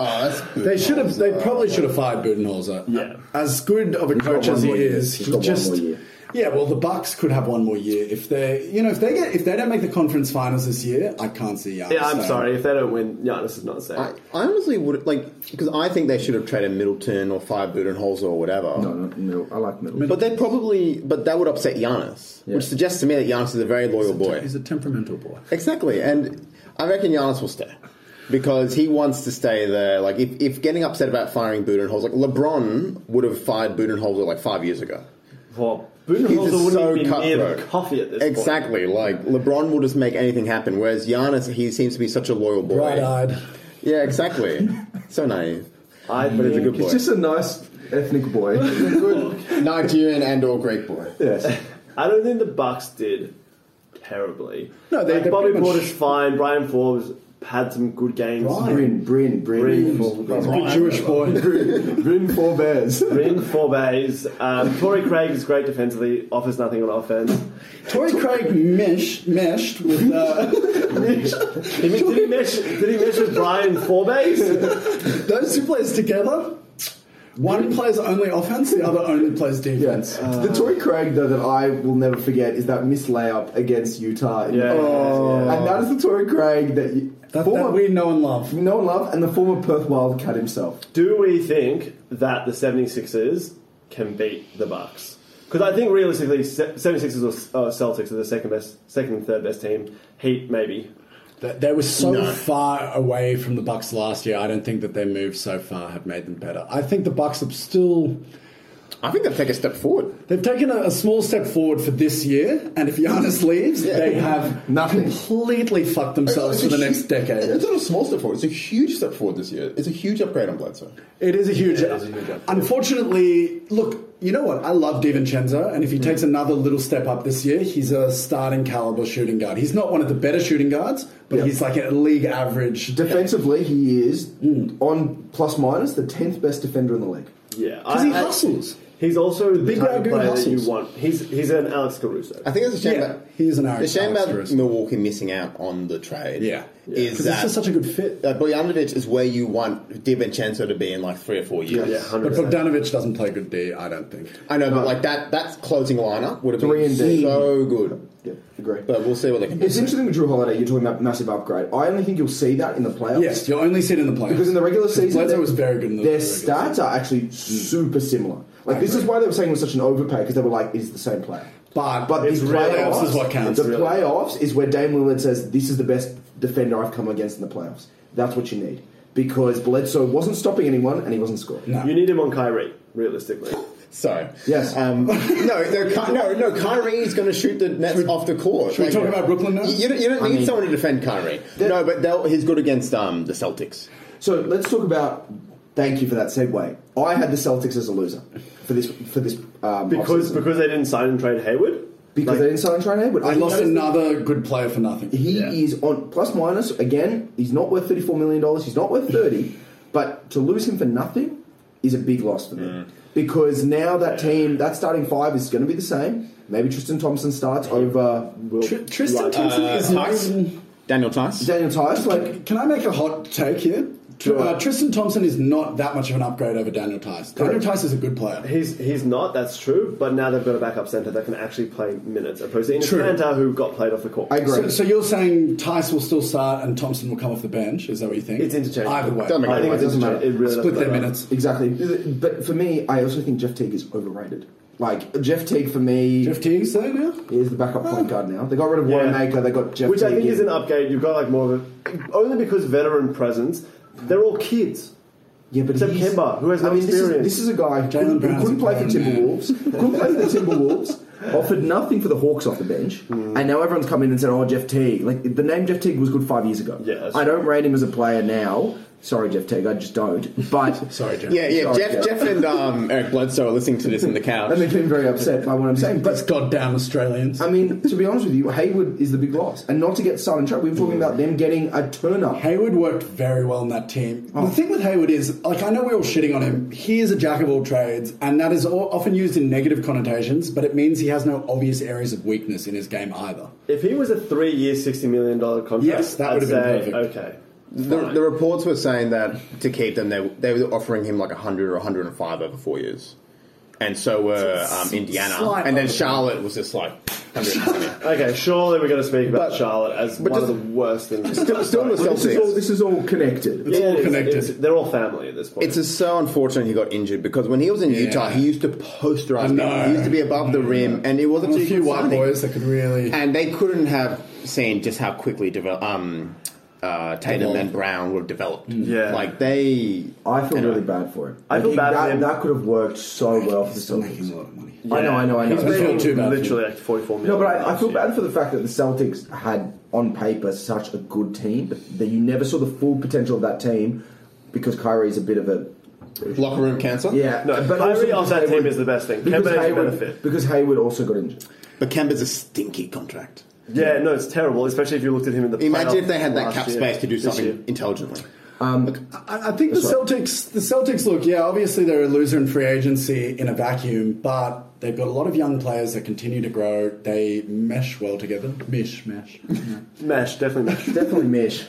[SPEAKER 6] Oh, that's
[SPEAKER 3] They should have. They probably should have fired Budenholzer.
[SPEAKER 2] Yeah.
[SPEAKER 3] As good of a coach
[SPEAKER 4] one
[SPEAKER 3] as he
[SPEAKER 4] more year.
[SPEAKER 3] is,
[SPEAKER 4] He's
[SPEAKER 3] he
[SPEAKER 4] got one
[SPEAKER 3] just.
[SPEAKER 4] more year.
[SPEAKER 3] Yeah, well, the Bucks could have one more year if they, you know, if they get if they don't make the conference finals this year, I can't see. Giannis
[SPEAKER 2] Yeah, I'm
[SPEAKER 3] staying.
[SPEAKER 2] sorry if they don't win. Giannis is not safe.
[SPEAKER 6] I, I honestly would like because I think they should have traded Middleton or fired Budenholzer or whatever.
[SPEAKER 4] No, no, no. I like middle.
[SPEAKER 6] But they probably, but that would upset Giannis, which suggests to me that Giannis is a very loyal boy.
[SPEAKER 3] He's a temperamental boy.
[SPEAKER 6] Exactly, and I reckon Giannis will stay because he wants to stay there. Like, if, if getting upset about firing Budenholzer, like LeBron would have fired Budenholzer like five years ago.
[SPEAKER 2] Well,
[SPEAKER 6] He's
[SPEAKER 2] Budenholzer
[SPEAKER 6] just
[SPEAKER 2] wouldn't
[SPEAKER 6] so
[SPEAKER 2] even be near the
[SPEAKER 6] cutthroat.
[SPEAKER 2] coffee at this point.
[SPEAKER 6] Exactly, like LeBron will just make anything happen. Whereas Giannis, he seems to be such a loyal boy.
[SPEAKER 3] Bright eyed.
[SPEAKER 6] Yeah, exactly. so naive,
[SPEAKER 2] I
[SPEAKER 6] but he's a good boy.
[SPEAKER 4] He's just a nice ethnic boy.
[SPEAKER 6] good Nigerian and or Greek boy.
[SPEAKER 4] yes.
[SPEAKER 2] I don't think the Bucks did terribly.
[SPEAKER 3] No, they-
[SPEAKER 2] Like,
[SPEAKER 3] they
[SPEAKER 2] Bobby
[SPEAKER 3] pretty much-
[SPEAKER 2] Porter's fine. Brian Forbes had some good games.
[SPEAKER 4] Bryn, Bryn, Bryn.
[SPEAKER 2] Bryn.
[SPEAKER 3] Good Jewish boy.
[SPEAKER 4] Bryn, Bryn four bears.
[SPEAKER 2] Ring four bays. Um, Torrey Craig is great defensively. Offers nothing on offense.
[SPEAKER 3] Tory Craig meshed, meshed with uh,
[SPEAKER 2] Did he, did he mesh? Did he mesh with Brian Forbays?
[SPEAKER 3] those two players together. One plays only offense, the other only plays defense. Uh,
[SPEAKER 4] Yes. the Tory Craig though that I will never forget is that missed layup against Utah. in-
[SPEAKER 2] Yeah. Oh.
[SPEAKER 4] And that is the Tory Craig that, you,
[SPEAKER 3] That, that
[SPEAKER 4] former
[SPEAKER 3] we know and love.
[SPEAKER 4] we know and love, and the former Perth Wildcat himself.
[SPEAKER 2] Do we think that the 76ers can beat the Bucks? Because I think realistically, se- 76ers or uh, Celtics are the second best, second and third best team. Heat maybe.
[SPEAKER 3] They- They were so far away from the Bucks last year. I don't think that their moves so far have made them better. I think the Bucks have still
[SPEAKER 6] I think they'll take a step forward.
[SPEAKER 3] they've taken a, a small step forward for this year. And if Giannis leaves, they have
[SPEAKER 4] Nothing.
[SPEAKER 3] completely fucked themselves for Oh, the next decade.
[SPEAKER 6] It's not a small step forward. It's a huge step forward this year. It's a huge upgrade on Bledsoe.
[SPEAKER 3] It is a huge.
[SPEAKER 2] is a huge up.
[SPEAKER 3] Unfortunately, look, you know what? I love Divincenzo, and if he takes another little step up this year, he's a starting caliber shooting guard. He's not one of the better shooting guards, but
[SPEAKER 4] Yeah.
[SPEAKER 3] he's like a league average.
[SPEAKER 4] Defensively, he is
[SPEAKER 3] Mm.
[SPEAKER 4] on plus minus the tenth best defender in the league.
[SPEAKER 2] Yeah,
[SPEAKER 3] Because he
[SPEAKER 2] I- I-
[SPEAKER 3] hustles.
[SPEAKER 2] He's also the
[SPEAKER 3] big
[SPEAKER 2] type
[SPEAKER 3] guy
[SPEAKER 2] of
[SPEAKER 3] who
[SPEAKER 2] player that you
[SPEAKER 3] hustles.
[SPEAKER 2] want. He's he's an Alex Caruso.
[SPEAKER 6] I think it's a shame.
[SPEAKER 3] Yeah,
[SPEAKER 6] about,
[SPEAKER 3] he is an
[SPEAKER 6] The
[SPEAKER 3] Irish
[SPEAKER 6] shame about
[SPEAKER 3] Irish.
[SPEAKER 6] Milwaukee missing out on the trade.
[SPEAKER 3] Yeah.
[SPEAKER 6] is
[SPEAKER 3] Because it's
[SPEAKER 6] that
[SPEAKER 3] just such a good fit.
[SPEAKER 6] uh, Bojanovic is where you want DiVincenzo to be in like three or four years.
[SPEAKER 2] yeah, hundred
[SPEAKER 3] But
[SPEAKER 2] percent.
[SPEAKER 3] Bogdanovich doesn't play good D, I don't think.
[SPEAKER 6] I know, but like that that closing lineup would have
[SPEAKER 4] Three
[SPEAKER 6] been
[SPEAKER 4] and D.
[SPEAKER 6] so good.
[SPEAKER 4] Yeah, agree.
[SPEAKER 6] But we'll see what they can do.
[SPEAKER 4] It's interesting with Drew Holiday. You're talking about massive upgrade. I only think you'll see that in the playoffs.
[SPEAKER 3] Yes, you'll only see it in the playoffs.
[SPEAKER 4] Because in the regular season,
[SPEAKER 3] Bledsoe
[SPEAKER 4] they-
[SPEAKER 3] was very good in the
[SPEAKER 4] their
[SPEAKER 3] regular Mm.
[SPEAKER 4] stats are actually super similar. Like this is why they were saying it was such an overpay because they were like, "Is the same player."
[SPEAKER 3] But,
[SPEAKER 4] But
[SPEAKER 3] it's
[SPEAKER 4] the
[SPEAKER 3] really
[SPEAKER 4] playoffs
[SPEAKER 3] is what counts.
[SPEAKER 4] The playoffs is where Dame Lillard says, "This is the best defender I've come against in the playoffs." That's what you need because Bledsoe wasn't stopping anyone and he wasn't scoring.
[SPEAKER 2] You need him on Kyrie, realistically.
[SPEAKER 6] So
[SPEAKER 4] Yes.
[SPEAKER 6] um, no, no, Ky- no, no. Kyrie is going to shoot the Nets off the court.
[SPEAKER 3] should we talk about Brooklyn now?
[SPEAKER 6] You, you don't, you don't need someone to defend Kyrie. No, but they'll- he's good against um, the Celtics.
[SPEAKER 4] So let's talk about. Thank you for that segue. I had the Celtics as a loser for this for this um,
[SPEAKER 2] Because
[SPEAKER 4] offseason.
[SPEAKER 2] because they didn't sign and trade Hayward.
[SPEAKER 4] because they didn't sign Trent Hayward.
[SPEAKER 3] I
[SPEAKER 4] think
[SPEAKER 3] lost
[SPEAKER 4] that is the-
[SPEAKER 3] another good player for nothing.
[SPEAKER 4] He
[SPEAKER 2] Yeah.
[SPEAKER 4] is on plus minus again. He's not worth thirty four million dollars. He's not worth thirty. but to lose him for
[SPEAKER 2] Mm.
[SPEAKER 4] nothing is a big loss for them because now that team, that starting five is going to be the same. Maybe Tristan Thompson starts over Will
[SPEAKER 3] Tr- Tristan Thompson is
[SPEAKER 6] Tice?
[SPEAKER 3] not.
[SPEAKER 6] Daniel Tice.
[SPEAKER 4] Daniel Tice. Like
[SPEAKER 3] Can I make a hot take here? Tr-
[SPEAKER 4] Sure.
[SPEAKER 3] uh, Tristan Thompson is not that much of an upgrade over Daniel Tice. Daniel
[SPEAKER 4] Correct.
[SPEAKER 3] Tice is a good player.
[SPEAKER 2] He's he's not. That's true. But now they've got a backup centre that can actually play minutes, opposed to Ines
[SPEAKER 3] True.
[SPEAKER 2] Kanter, who got played off the court.
[SPEAKER 4] I agree.
[SPEAKER 3] So, so you're saying Tice will still start and Thompson will come off the bench? Is that what you think?
[SPEAKER 2] It's interchangeable.
[SPEAKER 3] Either way.
[SPEAKER 6] Doesn't make
[SPEAKER 2] I think
[SPEAKER 4] It
[SPEAKER 2] it's
[SPEAKER 4] doesn't matter.
[SPEAKER 2] It really
[SPEAKER 3] Split
[SPEAKER 2] doesn't
[SPEAKER 3] their
[SPEAKER 2] matter.
[SPEAKER 3] minutes.
[SPEAKER 4] exactly. But for me, I also think Jeff Teague is overrated. Like Jeff Teague for me
[SPEAKER 3] Jeff Teague's there now?
[SPEAKER 4] is the backup point guard now. They got rid of
[SPEAKER 2] Yeah.
[SPEAKER 4] Wanamaker. They got Jeff.
[SPEAKER 2] Which I
[SPEAKER 4] Teague
[SPEAKER 2] think is
[SPEAKER 4] in.
[SPEAKER 2] an upgrade. You've got like more of a only because veteran presence. They're all kids.
[SPEAKER 4] Yeah, but
[SPEAKER 2] Except
[SPEAKER 4] he's-
[SPEAKER 2] Kemba, who has no
[SPEAKER 4] I mean, this is-
[SPEAKER 2] experience.
[SPEAKER 4] This is, a guy who
[SPEAKER 3] Jalen
[SPEAKER 4] couldn't, who
[SPEAKER 3] Brown's
[SPEAKER 4] couldn't
[SPEAKER 3] a
[SPEAKER 4] play for
[SPEAKER 3] grown man.
[SPEAKER 4] Timberwolves, couldn't play for the Timberwolves, offered nothing for the Hawks off the bench,
[SPEAKER 2] Hmm.
[SPEAKER 4] and now everyone's come in and said, "Oh, Jeff Teague." Like the name Jeff Teague was good five years ago.
[SPEAKER 2] Yeah, that's
[SPEAKER 4] I don't rate him as a player now. Sorry, Jeff Teague, I just don't. But
[SPEAKER 3] Sorry, Jeff.
[SPEAKER 6] Yeah, yeah.
[SPEAKER 4] Sorry,
[SPEAKER 6] Jeff,
[SPEAKER 4] Jeff.
[SPEAKER 6] Jeff, and um, Eric Bledsoe are listening to this on the couch.
[SPEAKER 4] that makes me very upset by what I'm saying.
[SPEAKER 3] That's
[SPEAKER 4] But
[SPEAKER 3] goddamn Australians.
[SPEAKER 4] I mean, to be honest with you, Hayward is the big loss, and not to get silent trap. We were talking about them getting a turner.
[SPEAKER 3] Hayward worked very well in that team. The thing with Hayward is, like, I know we're all shitting on him. He is a jack of all trades, and that is all, often used in negative connotations, but it means he has no obvious areas of weakness in his game either.
[SPEAKER 2] If he was a three-year, sixty million dollar contract,
[SPEAKER 3] Yes, that
[SPEAKER 2] I'd
[SPEAKER 3] would've been
[SPEAKER 2] say,
[SPEAKER 3] perfect.
[SPEAKER 2] Okay,
[SPEAKER 6] The, the reports were saying that to keep them, they, they were offering him like 100 or 105 over four years. And so were um, Indiana.
[SPEAKER 3] slight
[SPEAKER 6] And then
[SPEAKER 3] overpay.
[SPEAKER 6] Charlotte was just like 120.
[SPEAKER 2] okay. Surely we're going to speak about
[SPEAKER 6] But-
[SPEAKER 2] Charlotte as
[SPEAKER 6] but
[SPEAKER 2] one of
[SPEAKER 6] does-
[SPEAKER 2] the worst things.
[SPEAKER 6] still, still the
[SPEAKER 4] This is all.
[SPEAKER 6] Celtics.
[SPEAKER 4] This is all connected.
[SPEAKER 2] Yeah, it is.
[SPEAKER 3] connected.
[SPEAKER 2] It's- they're all family at this point.
[SPEAKER 6] It's just so unfortunate he got injured because when he was in Utah, he used to
[SPEAKER 3] I
[SPEAKER 6] posterize
[SPEAKER 3] know.
[SPEAKER 6] people. He used to be above the rim, and it wasn't
[SPEAKER 3] There's
[SPEAKER 6] too
[SPEAKER 3] a few white
[SPEAKER 6] concerning.
[SPEAKER 3] boys that could really.
[SPEAKER 6] And they couldn't have seen just how quickly develop, um, uh, Tatum and Brown would have developed.
[SPEAKER 2] Yeah.
[SPEAKER 6] Like they.
[SPEAKER 4] I feel
[SPEAKER 6] Anyway.
[SPEAKER 4] really bad for him.
[SPEAKER 2] I
[SPEAKER 4] Like,
[SPEAKER 2] feel bad
[SPEAKER 4] that,
[SPEAKER 2] for him.
[SPEAKER 4] That could have worked so well for the
[SPEAKER 3] Still making
[SPEAKER 4] Celtics.
[SPEAKER 3] a lot of money.
[SPEAKER 4] I know, I know, I know.
[SPEAKER 2] He's
[SPEAKER 3] I feel
[SPEAKER 2] making
[SPEAKER 3] too bad for
[SPEAKER 2] literally like forty-four
[SPEAKER 4] No,
[SPEAKER 2] million.
[SPEAKER 4] but I, I feel bad for the fact that the Celtics had on paper such a good team, but that you never saw the full potential of that team because Kyrie's a bit of a
[SPEAKER 6] Locker room cancer?
[SPEAKER 4] yeah.
[SPEAKER 2] No,
[SPEAKER 4] but also
[SPEAKER 2] Kyrie off
[SPEAKER 4] because
[SPEAKER 2] that team
[SPEAKER 4] Hayward-
[SPEAKER 2] is the best thing.
[SPEAKER 4] because
[SPEAKER 2] Kemba is a
[SPEAKER 4] Hayward-
[SPEAKER 2] benefit.
[SPEAKER 4] because Hayward also got injured.
[SPEAKER 6] But Kemba's a stinky contract.
[SPEAKER 2] Yeah, no, it's terrible, especially if you looked at him in the.
[SPEAKER 6] Imagine
[SPEAKER 2] playoff
[SPEAKER 6] if they had that
[SPEAKER 2] last
[SPEAKER 6] cap
[SPEAKER 2] year,
[SPEAKER 6] space to do
[SPEAKER 2] this year.
[SPEAKER 6] something intelligently.
[SPEAKER 3] I, I think the Celtics, the Celtics look, yeah, obviously they're a loser in free agency in a vacuum, but they've got a lot of young players that continue to grow. They mesh well together. Mish, mesh.
[SPEAKER 2] Mesh, definitely mesh.
[SPEAKER 4] Definitely Mish.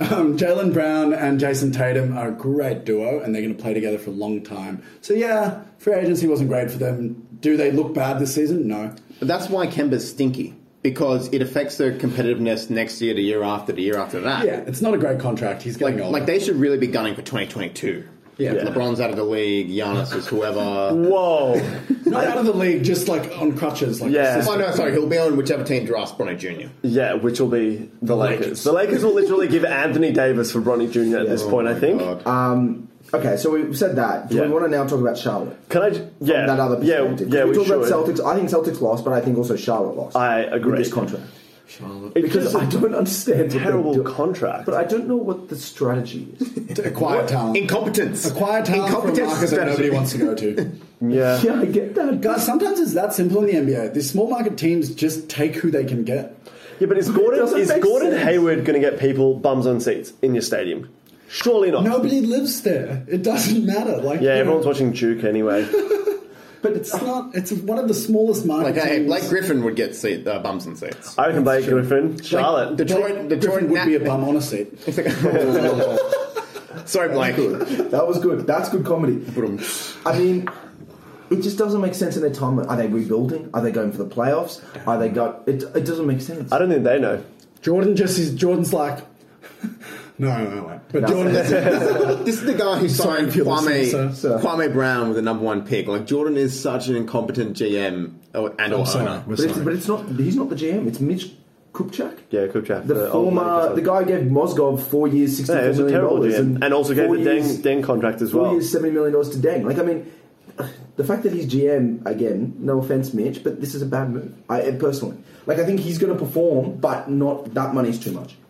[SPEAKER 3] Um, Jalen Brown and Jason Tatum are a great duo, and they're going to play together for a long time. So yeah, free agency wasn't great for them. Do they look bad this season? No.
[SPEAKER 6] But that's why Kemba's stinky because it affects their competitiveness next year, the year after, the year after that.
[SPEAKER 3] Yeah, it's not a great contract. He's
[SPEAKER 6] Like,
[SPEAKER 3] getting older.
[SPEAKER 6] like they should really be gunning for 2022.
[SPEAKER 3] Yeah.
[SPEAKER 6] If LeBron's out of the league, Giannis is whoever.
[SPEAKER 2] Whoa,
[SPEAKER 3] not out of the league, just like on crutches. Like
[SPEAKER 2] Yeah.
[SPEAKER 6] Oh no, sorry, he'll be on whichever team drafts Bronny Jr.
[SPEAKER 2] yeah, which will be the Lakers.
[SPEAKER 6] Lakers.
[SPEAKER 2] The Lakers will literally give Anthony Davis for Bronny Jr. at
[SPEAKER 4] Oh
[SPEAKER 2] this point. I think.
[SPEAKER 6] God.
[SPEAKER 4] Um, okay, so we've said that. Do
[SPEAKER 2] Yeah.
[SPEAKER 4] we want to now talk about Charlotte?
[SPEAKER 2] Can I? j- Yeah,
[SPEAKER 4] That other
[SPEAKER 2] yeah,
[SPEAKER 4] perspective.
[SPEAKER 2] yeah.
[SPEAKER 4] we,
[SPEAKER 2] We,
[SPEAKER 4] talk
[SPEAKER 2] should.
[SPEAKER 4] about Celtics. I think Celtics lost, but I think also Charlotte lost.
[SPEAKER 2] I agree.
[SPEAKER 4] with this contract.
[SPEAKER 2] It
[SPEAKER 4] Because
[SPEAKER 2] gives a
[SPEAKER 4] I don't understand what
[SPEAKER 2] terrible
[SPEAKER 4] they're do-
[SPEAKER 2] contract.
[SPEAKER 4] But I don't know what the strategy is.
[SPEAKER 3] to acquire talent.
[SPEAKER 6] Incompetence.
[SPEAKER 3] Um, acquire talent from a
[SPEAKER 6] Incompetence
[SPEAKER 3] market that
[SPEAKER 6] strategy.
[SPEAKER 3] nobody wants to go to.
[SPEAKER 2] yeah.
[SPEAKER 4] yeah, I get that.
[SPEAKER 3] Guys, sometimes it's that simple in the NBA. These small market teams just take who they can get.
[SPEAKER 2] Yeah, but is Gordon
[SPEAKER 4] doesn't
[SPEAKER 2] is
[SPEAKER 4] make
[SPEAKER 2] Gordon
[SPEAKER 4] sense.
[SPEAKER 2] Hayward going to get people bums on seats in your stadium? Surely not.
[SPEAKER 3] Nobody lives there. It doesn't matter.
[SPEAKER 2] Yeah,
[SPEAKER 3] Like you know,
[SPEAKER 2] everyone's watching Duke anyway.
[SPEAKER 3] But it's not. It's one of the smallest market
[SPEAKER 6] Like, hey,
[SPEAKER 3] teams.
[SPEAKER 6] Blake Griffin would get seat, uh, bums and seats.
[SPEAKER 2] I reckon Blake Griffin, Charlotte.
[SPEAKER 6] Like, Detroit, Detroit
[SPEAKER 3] Griffin would be a
[SPEAKER 6] Nat-
[SPEAKER 3] bum on a seat.
[SPEAKER 6] Sorry, Blake.
[SPEAKER 4] That was good. That's good comedy. I mean, it just doesn't make sense in their time. Are they rebuilding? Are they going for the playoffs? Are they got? It, it doesn't make sense.
[SPEAKER 2] I don't think they know.
[SPEAKER 3] Jordan just is. Jordan's like. No, no, no, wait. But Jordan,
[SPEAKER 6] This is the guy who
[SPEAKER 3] Sorry,
[SPEAKER 6] signed
[SPEAKER 3] Phil,
[SPEAKER 6] Kwame,
[SPEAKER 3] sir, sir.
[SPEAKER 6] Kwame Brown with the number one pick. Like Jordan is such an incompetent GM or- and or
[SPEAKER 3] I'm sorry.
[SPEAKER 6] owner.
[SPEAKER 3] We're
[SPEAKER 4] but, it's, but
[SPEAKER 3] sorry.
[SPEAKER 4] it's not. He's not the GM. It's Mitch Kupchak.
[SPEAKER 2] Yeah, Kupchak,
[SPEAKER 4] The,
[SPEAKER 2] the old
[SPEAKER 4] former,
[SPEAKER 2] Lakers
[SPEAKER 4] the guy who gave Mozgov four years,
[SPEAKER 2] Yeah,
[SPEAKER 4] sixty-four
[SPEAKER 2] it's
[SPEAKER 4] million
[SPEAKER 2] a terrible
[SPEAKER 4] dollars,
[SPEAKER 2] GM, and also gave
[SPEAKER 4] four
[SPEAKER 2] the Deng,
[SPEAKER 4] years-
[SPEAKER 2] Deng contract as
[SPEAKER 4] four
[SPEAKER 2] well.
[SPEAKER 4] years, seventy million dollars to Deng. Like, I mean, the fact that he's GM again. No offense, Mitch, but this is a bad move. I personally, like, I think he's going to perform, but not that money's too much.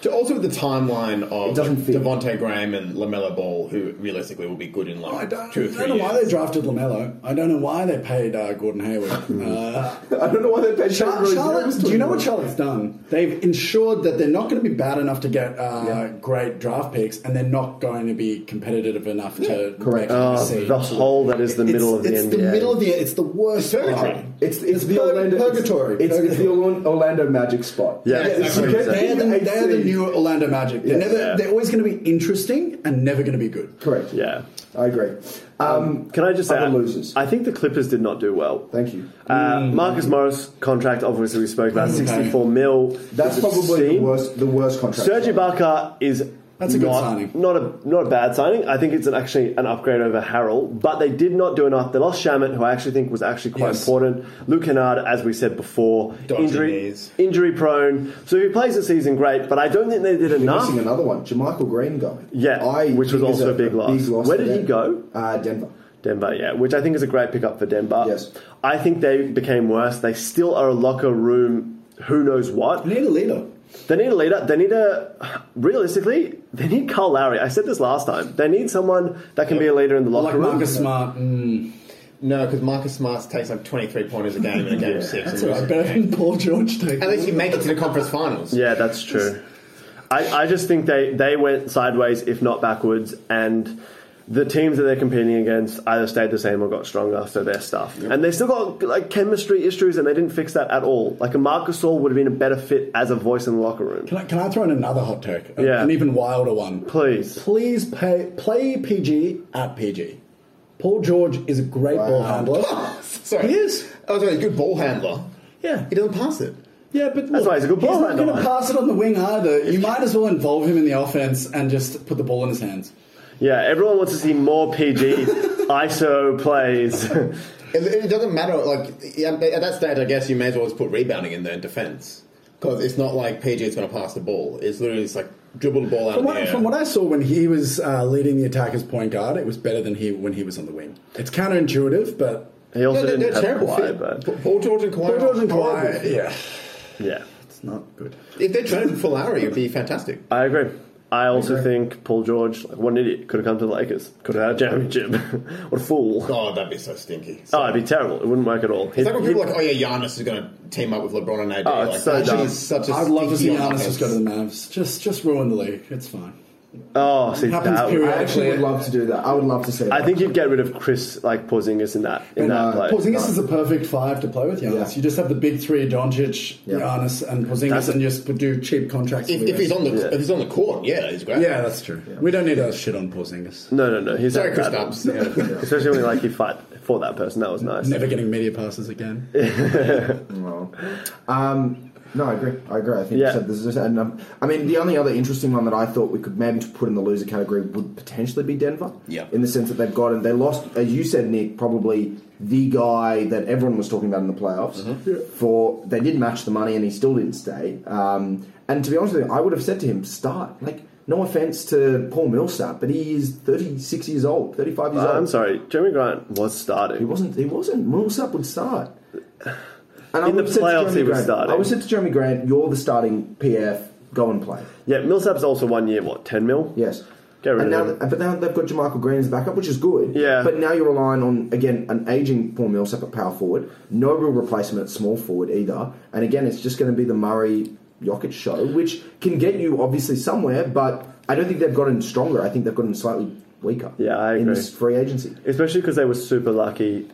[SPEAKER 6] To also with the timeline of
[SPEAKER 4] It doesn't fit.
[SPEAKER 6] Devonte Graham and Lamelo Ball, who realistically will be good in like
[SPEAKER 3] I don't,
[SPEAKER 6] two or
[SPEAKER 3] I
[SPEAKER 6] three
[SPEAKER 3] don't know
[SPEAKER 6] years.
[SPEAKER 3] why they drafted Lamelo. I don't know why they paid uh, Gordon Hayward. Uh,
[SPEAKER 4] I don't know why they paid
[SPEAKER 3] Char-
[SPEAKER 4] Charlotte.
[SPEAKER 3] Charlotte, do you know what Charlotte's done? They've ensured that they're not going to be bad enough to get uh,
[SPEAKER 4] Yeah.
[SPEAKER 3] great draft picks, and they're not going to be competitive enough to
[SPEAKER 4] correct.
[SPEAKER 3] make
[SPEAKER 2] Oh,
[SPEAKER 3] the seed.
[SPEAKER 2] the hole that is the middle of the
[SPEAKER 3] it's
[SPEAKER 2] NBA.
[SPEAKER 3] the middle of the it's the worst
[SPEAKER 5] Purgatory.
[SPEAKER 3] part.
[SPEAKER 4] It's, it's, the
[SPEAKER 3] pur-
[SPEAKER 4] Orlando
[SPEAKER 3] purgatory.
[SPEAKER 4] It's, it's, the
[SPEAKER 3] Purgatory.
[SPEAKER 4] Orlando, Orlando Magic spot.
[SPEAKER 2] Yeah,
[SPEAKER 6] exactly.
[SPEAKER 4] you get-
[SPEAKER 3] They're the, they're the
[SPEAKER 4] AC.
[SPEAKER 3] new Orlando Magic. They're, never,
[SPEAKER 2] Yeah.
[SPEAKER 3] they're always going to be interesting and never going to be good.
[SPEAKER 4] Correct.
[SPEAKER 2] yeah.
[SPEAKER 4] I agree. Um,
[SPEAKER 2] Can I just say,
[SPEAKER 4] Other
[SPEAKER 2] I-
[SPEAKER 4] losers.
[SPEAKER 2] I think the Clippers did not do well.
[SPEAKER 4] thank you.
[SPEAKER 2] Uh,
[SPEAKER 4] Mm.
[SPEAKER 2] Marcus Morris contract, obviously we spoke about, sixty-four mil.
[SPEAKER 4] That's
[SPEAKER 2] It would
[SPEAKER 4] probably the
[SPEAKER 2] seem.
[SPEAKER 4] worst. The worst contract.
[SPEAKER 2] Serge Ibaka is
[SPEAKER 3] That's a good
[SPEAKER 2] not,
[SPEAKER 3] signing.
[SPEAKER 2] Not a not a bad signing. I think it's an, actually an upgrade over Harrell, but they did not do enough. They lost Shamit, who I actually think was actually quite
[SPEAKER 3] Yes.
[SPEAKER 2] important. Luke Kennard, as we said before,
[SPEAKER 6] Dodgy
[SPEAKER 2] injury
[SPEAKER 6] knees.
[SPEAKER 2] injury prone. So if he plays the season, great. But I don't think they did
[SPEAKER 4] You're
[SPEAKER 2] enough.
[SPEAKER 4] missing another one. Jermichael Green going.
[SPEAKER 2] Yeah, which was
[SPEAKER 4] think is
[SPEAKER 2] also a big loss. Where
[SPEAKER 4] for
[SPEAKER 2] did he
[SPEAKER 4] them.
[SPEAKER 2] go?
[SPEAKER 4] Uh, Denver.
[SPEAKER 2] Denver, yeah, which I think is a great pickup for Denver.
[SPEAKER 4] Yes.
[SPEAKER 2] I think they became worse. They still are a locker room. Who knows what?
[SPEAKER 3] They need a leader.
[SPEAKER 2] They need a leader. They need a. Realistically, they need Carl Lowry. I said this last time. They need someone that can be a leader in the
[SPEAKER 3] Like
[SPEAKER 2] locker room.
[SPEAKER 3] Marcus Smart. Mm,
[SPEAKER 6] No, because Marcus Smart takes like 23 pointers a game in a game six.
[SPEAKER 3] that's
[SPEAKER 6] and
[SPEAKER 3] all right.
[SPEAKER 6] loses
[SPEAKER 3] Better
[SPEAKER 6] the game.
[SPEAKER 3] than Paul George. Take
[SPEAKER 6] At least you make it to the conference finals.
[SPEAKER 2] Yeah, that's true. I, I just think they, they went sideways, if not backwards, and the teams that they're competing against either stayed the same or got stronger, so they're stuffed. And they still got like chemistry issues, and they didn't fix that at all. Like a Marcus All would have been a better fit as a voice in the locker room.
[SPEAKER 3] Can I, can I throw in another hot take? A-
[SPEAKER 2] Yeah.
[SPEAKER 3] An even wilder one.
[SPEAKER 2] Please.
[SPEAKER 3] Please pay, play PG at PG. Paul George is a great ball handler.
[SPEAKER 6] Sorry.
[SPEAKER 3] He is.
[SPEAKER 6] Oh, sorry, good ball handler.
[SPEAKER 3] Yeah.
[SPEAKER 6] He doesn't pass it.
[SPEAKER 3] Yeah, but
[SPEAKER 2] That's
[SPEAKER 3] look,
[SPEAKER 2] why he's a good ball
[SPEAKER 3] He's not
[SPEAKER 2] handler.
[SPEAKER 3] going to pass it on the wing either. You might as well involve him in the offense and just put the ball in his hands.
[SPEAKER 2] Yeah, everyone wants to see more PG ISO plays.
[SPEAKER 6] It, it doesn't matter. Like yeah, at that stage, I guess you may as well just put rebounding in there and defense because it's not like PG is going to pass the ball. It's literally just like dribble the ball out
[SPEAKER 3] From
[SPEAKER 6] of the
[SPEAKER 3] what,
[SPEAKER 6] air.
[SPEAKER 3] from what I saw when he was uh, leading the attack as point guard, it was better than he when he was on the wing. It's counterintuitive, but
[SPEAKER 2] He also
[SPEAKER 6] yeah, they're,
[SPEAKER 2] didn't
[SPEAKER 6] they're
[SPEAKER 2] have
[SPEAKER 6] terrible.
[SPEAKER 2] Kawhi,
[SPEAKER 6] fit.
[SPEAKER 2] but
[SPEAKER 6] Pa- Paul George and Kawhi.
[SPEAKER 3] Paul George and
[SPEAKER 6] are horrible.
[SPEAKER 3] Kawhi, yeah,
[SPEAKER 2] yeah,
[SPEAKER 3] it's not good.
[SPEAKER 6] If they're traded for Lowry, it'd be fantastic.
[SPEAKER 2] I agree. I also think Paul George, like, what an idiot, could have come to the Lakers, could have had a championship. what a fool!
[SPEAKER 6] God, that'd be so stinky.
[SPEAKER 2] Oh, it'd be terrible. It wouldn't work at all.
[SPEAKER 6] It's like when people are like, oh yeah, Giannis is going to team up with LeBron and AD.
[SPEAKER 2] Oh, it's
[SPEAKER 6] like,
[SPEAKER 2] so
[SPEAKER 6] that shit
[SPEAKER 2] dumb.
[SPEAKER 6] is such a
[SPEAKER 3] I'd love to see
[SPEAKER 6] stinky
[SPEAKER 3] Giannis
[SPEAKER 6] offense.
[SPEAKER 3] just go to the Mavs. Just just ruin the league. It's fine.
[SPEAKER 2] oh, see,
[SPEAKER 3] happens
[SPEAKER 2] that would-
[SPEAKER 4] I actually would
[SPEAKER 3] Actually-
[SPEAKER 4] love to do that. I would love to see that.
[SPEAKER 2] I think you'd get rid of Chris, like Porzingis in that in that play.
[SPEAKER 3] Porzingis is the perfect five to play with Giannis.
[SPEAKER 4] Yeah.
[SPEAKER 3] You just have the big three: Doncic, Giannis, and Porzingis,
[SPEAKER 2] That's-
[SPEAKER 3] and just do cheap contracts.
[SPEAKER 6] If,
[SPEAKER 3] for the
[SPEAKER 6] if he's
[SPEAKER 3] rest.
[SPEAKER 6] on the if he's on the court, yeah, he's great.
[SPEAKER 3] yeah, that's true. We don't need to shit on Porzingis.
[SPEAKER 2] No, no, no. He's
[SPEAKER 6] Sorry,
[SPEAKER 2] not
[SPEAKER 6] Chris
[SPEAKER 2] bad.
[SPEAKER 6] Dubs.
[SPEAKER 2] Especially when like he fight fought that person. That was nice.
[SPEAKER 3] Never getting media passes again.
[SPEAKER 4] Well, um, no, I agree. I agree. I think
[SPEAKER 2] Yeah.
[SPEAKER 4] so there's just enough. I mean, the only other interesting one that I thought we could maybe put in the loser category would potentially be Denver.
[SPEAKER 6] Yeah.
[SPEAKER 4] In the sense that they've got and they lost, as you said, Nick, probably the guy that everyone was talking about in the playoffs. For they did match the money, and he still didn't stay. Um, and to be honest with you, I would have said to him, start like. No offense to Paul Millsap, but he is 36 years old, 35 years
[SPEAKER 2] Uh,
[SPEAKER 4] old.
[SPEAKER 2] I'm sorry, Jeremy Grant was
[SPEAKER 4] He
[SPEAKER 2] starting.
[SPEAKER 4] wasn't. He wasn't. Millsap would start. And
[SPEAKER 2] In the
[SPEAKER 4] would said to
[SPEAKER 2] playoffs,
[SPEAKER 4] Jeremy
[SPEAKER 2] he was
[SPEAKER 4] Grant-
[SPEAKER 2] starting.
[SPEAKER 4] I would said to Jeremy Grant, "You're the starting PF. Go and play."
[SPEAKER 2] Yeah, Millsap's also one year. What, ten mil?
[SPEAKER 4] Yes.
[SPEAKER 2] Get rid
[SPEAKER 4] and
[SPEAKER 2] of
[SPEAKER 4] now,
[SPEAKER 2] him.
[SPEAKER 4] but now they've got Jermichael Green as a backup, which is good.
[SPEAKER 2] Yeah.
[SPEAKER 4] But now you're relying on again an aging Paul Millsap at power forward. No real replacement at small forward either. And again, it's just going to be the Murray Jokic show, which can get you obviously somewhere, but I don't think they've gotten stronger. I think they've gotten slightly weaker.
[SPEAKER 2] Yeah, I
[SPEAKER 4] in
[SPEAKER 2] agree.
[SPEAKER 4] this free agency.
[SPEAKER 2] especially because they were super lucky.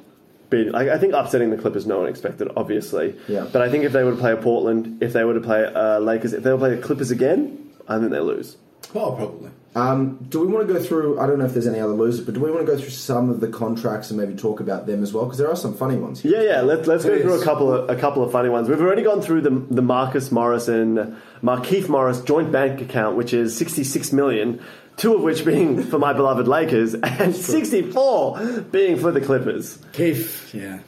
[SPEAKER 2] Being, like, I think upsetting the Clippers, no one expected, obviously.
[SPEAKER 4] Yeah.
[SPEAKER 2] But I think if they were to play Portland, if they were to play uh, Lakers, if they were to play the Clippers again, I think they lose.
[SPEAKER 3] Oh, probably.
[SPEAKER 4] Um, do we want to go through? I don't know if there's any other losers, but do we want to go through some of the contracts and maybe talk about them as well? Because there are some funny ones. Here.
[SPEAKER 2] Yeah, yeah. Let's let's go
[SPEAKER 3] Please.
[SPEAKER 2] through a couple of a couple of funny ones. We've already gone through the the Marcus Morris and Markeith Morris joint bank account, which is sixty six million. Two of which being for my beloved Lakers, and sixty four being for the Clippers.
[SPEAKER 3] Keith, yeah.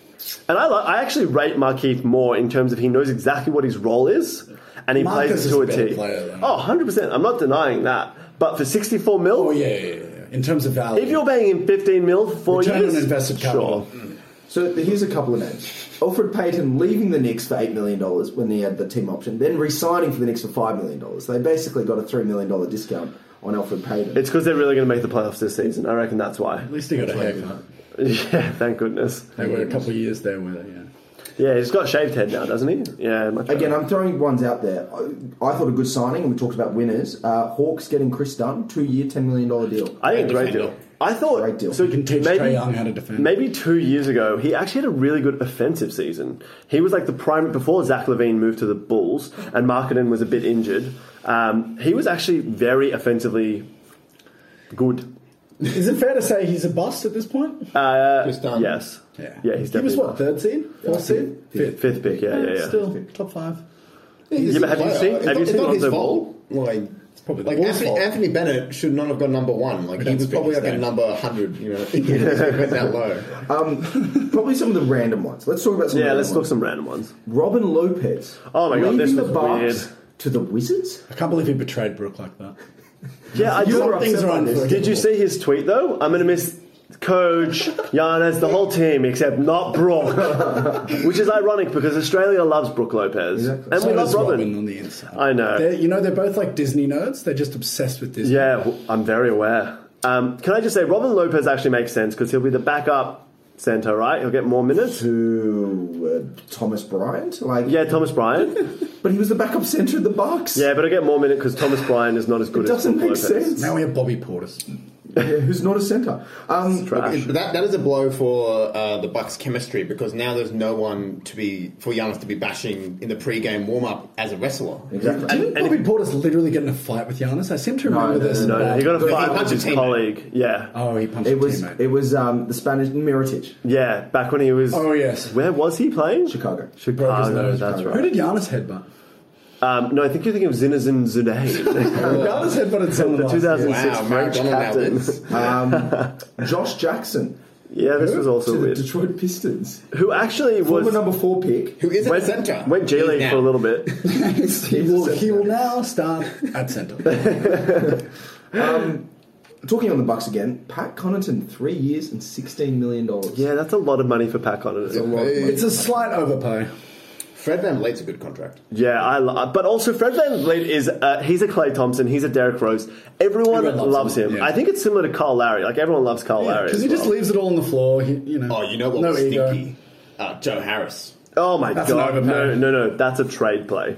[SPEAKER 2] And I, li- I actually rate Markeith more in terms of he knows exactly what his role is and he plays
[SPEAKER 3] Marcus
[SPEAKER 2] it
[SPEAKER 3] is
[SPEAKER 2] to
[SPEAKER 3] a
[SPEAKER 2] a
[SPEAKER 3] better
[SPEAKER 2] T.
[SPEAKER 3] player, though.
[SPEAKER 2] Oh, 100%. I'm not denying that. But for 64 mil,
[SPEAKER 3] Oh yeah, yeah, yeah, yeah. In terms of value,
[SPEAKER 2] if you're paying him 15 mil for four
[SPEAKER 3] Return on
[SPEAKER 2] years,
[SPEAKER 3] invested capital. Mm.
[SPEAKER 2] sure.
[SPEAKER 4] So here's a couple of names: Alfred Payton leaving the Knicks for eight million dollars when he had the team option, then re-signing for the Knicks for five million dollars. They basically got a three million dollar discount on Alfred Payton.
[SPEAKER 2] It's because they're really going to make the playoffs this season. I reckon that's why.
[SPEAKER 3] At least they got a haircut.
[SPEAKER 2] Yeah, thank goodness.
[SPEAKER 3] They were a couple of years there where, yeah.
[SPEAKER 2] Yeah, he's got a shaved head now, doesn't he? Yeah, much
[SPEAKER 4] Again,
[SPEAKER 2] better.
[SPEAKER 4] I'm throwing ones out there. I, I thought a good signing, and we talked about winners. Uh, Hawks getting Chris Dunn, two-year, ten million dollar deal.
[SPEAKER 2] I think a great deal. I thought
[SPEAKER 4] Great deal.
[SPEAKER 2] so.
[SPEAKER 4] You
[SPEAKER 3] can teach
[SPEAKER 2] maybe,
[SPEAKER 3] Trae Young how to defend.
[SPEAKER 2] Maybe two years ago, he actually had a really good offensive season. He was like the prime before Zach Levine moved to the Bulls and Markkinen was a bit injured. Um, he was actually very offensively good.
[SPEAKER 3] Is it fair to say he's a bust at this point?
[SPEAKER 6] Just um, done.
[SPEAKER 2] Yes.
[SPEAKER 3] yeah.
[SPEAKER 2] Yeah, he's
[SPEAKER 3] He was
[SPEAKER 2] definitely
[SPEAKER 3] what, third seed? Fourth seed?
[SPEAKER 2] fifth, fifth pick. Yeah, yeah, yeah.
[SPEAKER 3] Still top five.
[SPEAKER 2] Yeah, but have you seen- have you
[SPEAKER 6] it's
[SPEAKER 2] seen
[SPEAKER 6] not his
[SPEAKER 2] Lonzo
[SPEAKER 6] fault. Like,
[SPEAKER 3] It's probably the
[SPEAKER 6] like
[SPEAKER 3] Wolves'
[SPEAKER 6] Anthony,
[SPEAKER 3] fault.
[SPEAKER 6] Anthony Bennett should not have gone number one. Like he
[SPEAKER 3] that's
[SPEAKER 6] was probably
[SPEAKER 3] because
[SPEAKER 6] like a
[SPEAKER 3] they-
[SPEAKER 6] number hundred. You know, if he went that low.
[SPEAKER 4] Um, probably some of the random ones. Let's talk about some.
[SPEAKER 2] Yeah,
[SPEAKER 4] random
[SPEAKER 2] let's look
[SPEAKER 4] ones.
[SPEAKER 2] some random ones.
[SPEAKER 4] Robin Lopez.
[SPEAKER 2] Oh my God,
[SPEAKER 4] leaving
[SPEAKER 2] this
[SPEAKER 4] the
[SPEAKER 2] was
[SPEAKER 4] Bucks
[SPEAKER 2] weird.
[SPEAKER 4] to the Wizards.
[SPEAKER 3] I can't believe he betrayed Brooke like that.
[SPEAKER 2] Yeah, I
[SPEAKER 4] You
[SPEAKER 2] do.
[SPEAKER 4] were upset
[SPEAKER 3] Things are
[SPEAKER 4] by this.
[SPEAKER 2] Did you see his tweet though? I'm gonna miss coach Giannis, the whole team, except not Brooke, which is ironic because Australia loves Brooke Lopez
[SPEAKER 4] Exactly.
[SPEAKER 2] and we
[SPEAKER 3] So
[SPEAKER 2] love
[SPEAKER 3] does
[SPEAKER 2] Robin.
[SPEAKER 3] Robin on the inside.
[SPEAKER 2] I know.
[SPEAKER 3] They're, you know, they're both like Disney nerds. They're just obsessed with Disney.
[SPEAKER 2] Yeah, w- I'm very aware. Um, can I just say, Robin Lopez actually makes sense because he'll be the backup center, right? He'll get more minutes.
[SPEAKER 4] To uh, Thomas Bryant, like
[SPEAKER 2] Yeah, Thomas Bryant.
[SPEAKER 4] but he was the backup center of the Bucks.
[SPEAKER 2] Yeah, but I get more minutes because Thomas Bryant is not as good
[SPEAKER 4] it doesn't
[SPEAKER 2] as Brook
[SPEAKER 4] make
[SPEAKER 2] Lopez.
[SPEAKER 4] sense.
[SPEAKER 3] Now we have Bobby Portis.
[SPEAKER 4] Yeah, who's not a center? Um,
[SPEAKER 2] Trash.
[SPEAKER 6] But that, that is a blow for uh, the Bucks' chemistry because now there's no one to be for Giannis to be bashing in the pre-game warm-up as a wrestler.
[SPEAKER 4] exactly.
[SPEAKER 3] Didn't
[SPEAKER 2] and-
[SPEAKER 3] Bobby Portis literally get in a fight with Giannis? I seem to remember
[SPEAKER 4] no,
[SPEAKER 3] this.
[SPEAKER 2] No, no, he got
[SPEAKER 6] He
[SPEAKER 2] a fight with
[SPEAKER 6] punched
[SPEAKER 2] his
[SPEAKER 6] a teammate.
[SPEAKER 2] colleague. Yeah,
[SPEAKER 3] oh, he punched
[SPEAKER 4] it was
[SPEAKER 3] a teammate.
[SPEAKER 4] it was um, the Spanish Meritage,
[SPEAKER 2] yeah. Back when he was.
[SPEAKER 3] oh, yes.
[SPEAKER 2] Where was he playing?
[SPEAKER 4] Chicago.
[SPEAKER 3] Broke his
[SPEAKER 2] Chicago.
[SPEAKER 3] nose.
[SPEAKER 2] Oh, That's
[SPEAKER 3] Who
[SPEAKER 2] right.
[SPEAKER 3] did Giannis headbutt?
[SPEAKER 2] Um, no, I think you're thinking of Zinazin Zidane,
[SPEAKER 3] Giannis headbutted someone
[SPEAKER 2] the
[SPEAKER 3] last
[SPEAKER 2] 2006
[SPEAKER 3] year.
[SPEAKER 6] Wow,
[SPEAKER 2] French
[SPEAKER 6] Maradona now
[SPEAKER 2] captain.
[SPEAKER 6] wins.
[SPEAKER 4] Um, Josh Jackson
[SPEAKER 2] Yeah, this was also
[SPEAKER 4] to the
[SPEAKER 2] weird.
[SPEAKER 4] Detroit Pistons,
[SPEAKER 2] Who actually
[SPEAKER 4] former
[SPEAKER 2] was
[SPEAKER 4] number four pick.
[SPEAKER 6] Who isn't a
[SPEAKER 2] went,
[SPEAKER 6] center?
[SPEAKER 2] went J
[SPEAKER 6] He's
[SPEAKER 2] League
[SPEAKER 6] now.
[SPEAKER 2] for a little bit.
[SPEAKER 3] He will, he will now start at centre.
[SPEAKER 4] Talking on the Bucks again, Pat Connaughton, three years and sixteen million dollars.
[SPEAKER 2] Yeah, that's a lot of money for Pat Connaughton.
[SPEAKER 3] it's a slight overpay.
[SPEAKER 6] Fred Van Vliet's a good contract.
[SPEAKER 2] Yeah, I lo- but also Fred VanVleet is uh, he's a Clay Thompson, he's a Derrick Rose. Everyone
[SPEAKER 3] Everyone
[SPEAKER 2] loves,
[SPEAKER 3] loves
[SPEAKER 2] him.
[SPEAKER 3] him, yeah.
[SPEAKER 2] I think it's similar to Carl Larry. Like everyone loves Carl Larry.
[SPEAKER 3] Because
[SPEAKER 2] as
[SPEAKER 3] he just
[SPEAKER 2] well.
[SPEAKER 3] leaves it all on the floor. He, you know,
[SPEAKER 6] Oh, you know what
[SPEAKER 3] no
[SPEAKER 6] was
[SPEAKER 3] ego.
[SPEAKER 6] stinky? Uh, Joe Harris.
[SPEAKER 2] oh my
[SPEAKER 3] That's an
[SPEAKER 2] god! No,
[SPEAKER 3] overpay.
[SPEAKER 2] no, no, that's a trade play.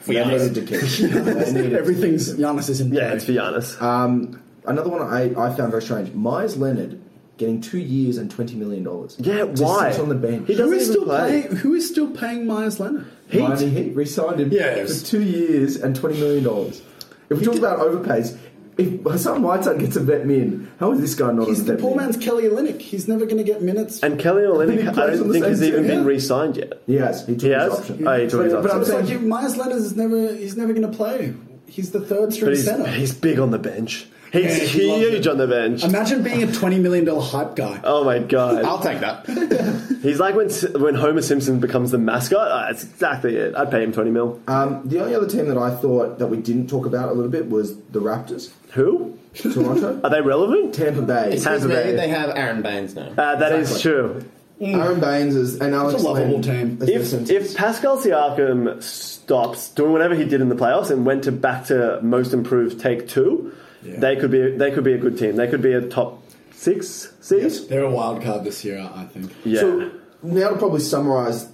[SPEAKER 6] For Giannis.
[SPEAKER 3] Everything's Giannis is in play.
[SPEAKER 2] Yeah, it's for Giannis.
[SPEAKER 4] Um, another one I, I found very strange: Myers Leonard getting two years and twenty million dollars.
[SPEAKER 2] yeah,
[SPEAKER 4] Just
[SPEAKER 2] why?
[SPEAKER 4] sits on the bench.
[SPEAKER 2] He
[SPEAKER 3] who
[SPEAKER 2] doesn't
[SPEAKER 3] is
[SPEAKER 2] even
[SPEAKER 3] still
[SPEAKER 2] play.
[SPEAKER 3] paying? Who is still paying Myers Leonard?
[SPEAKER 4] Miami Heat re-signed him
[SPEAKER 3] Yes.
[SPEAKER 4] for two years and twenty million dollars. If we talk about overpays, if Hassan Whiteside gets a vet min, how is this guy not
[SPEAKER 3] He's
[SPEAKER 4] a
[SPEAKER 3] the
[SPEAKER 4] vet
[SPEAKER 3] poor
[SPEAKER 4] min?
[SPEAKER 3] man's Kelly Olynyk. He's never going to get minutes.
[SPEAKER 2] And Kelly
[SPEAKER 4] He
[SPEAKER 2] Olynyk,
[SPEAKER 4] plays
[SPEAKER 2] I
[SPEAKER 4] on
[SPEAKER 2] don't
[SPEAKER 4] the
[SPEAKER 2] think
[SPEAKER 4] same
[SPEAKER 2] has even
[SPEAKER 4] team,
[SPEAKER 2] been
[SPEAKER 4] yeah.
[SPEAKER 2] re-signed yet.
[SPEAKER 4] He has. He took
[SPEAKER 2] He
[SPEAKER 4] his
[SPEAKER 2] has?
[SPEAKER 4] option.
[SPEAKER 2] Oh, he took
[SPEAKER 4] but,
[SPEAKER 2] his
[SPEAKER 4] but
[SPEAKER 2] option.
[SPEAKER 4] I'm
[SPEAKER 3] it's
[SPEAKER 4] saying
[SPEAKER 3] like you, Myers Leonard is never. He's never going to play. He's the third
[SPEAKER 2] But
[SPEAKER 3] string
[SPEAKER 2] he's,
[SPEAKER 3] center.
[SPEAKER 2] he's big on the bench. He's
[SPEAKER 3] Yeah, he loves
[SPEAKER 2] huge
[SPEAKER 3] it.
[SPEAKER 2] on the bench.
[SPEAKER 3] Imagine being a twenty million dollar hype guy.
[SPEAKER 2] Oh my
[SPEAKER 6] I'll
[SPEAKER 2] god!
[SPEAKER 6] take that.
[SPEAKER 2] He's like when when Homer Simpson becomes the mascot. Uh, That's exactly it. I'd pay him twenty mil.
[SPEAKER 4] um, the only other team that I thought that we didn't talk about a little bit was the Raptors,
[SPEAKER 2] Who
[SPEAKER 4] Toronto,
[SPEAKER 2] are they relevant?
[SPEAKER 4] Tampa Bay.
[SPEAKER 6] Excuse me,
[SPEAKER 2] Bay.
[SPEAKER 6] they have Aaron Baines now.
[SPEAKER 2] Uh, that is
[SPEAKER 4] Exactly.
[SPEAKER 2] true.
[SPEAKER 4] Aaron Baines is and Alex
[SPEAKER 3] It's a lovable
[SPEAKER 4] Len
[SPEAKER 3] team.
[SPEAKER 4] as their
[SPEAKER 2] If,
[SPEAKER 4] centers.
[SPEAKER 2] if Pascal Siakam stops doing whatever he did in the playoffs and went to back to most improved take two,
[SPEAKER 3] Yeah.
[SPEAKER 2] they could be they could be a good team. They could be a top six seed.
[SPEAKER 3] They're a wild card this year, I think.
[SPEAKER 2] Yeah.
[SPEAKER 4] So now to probably summarise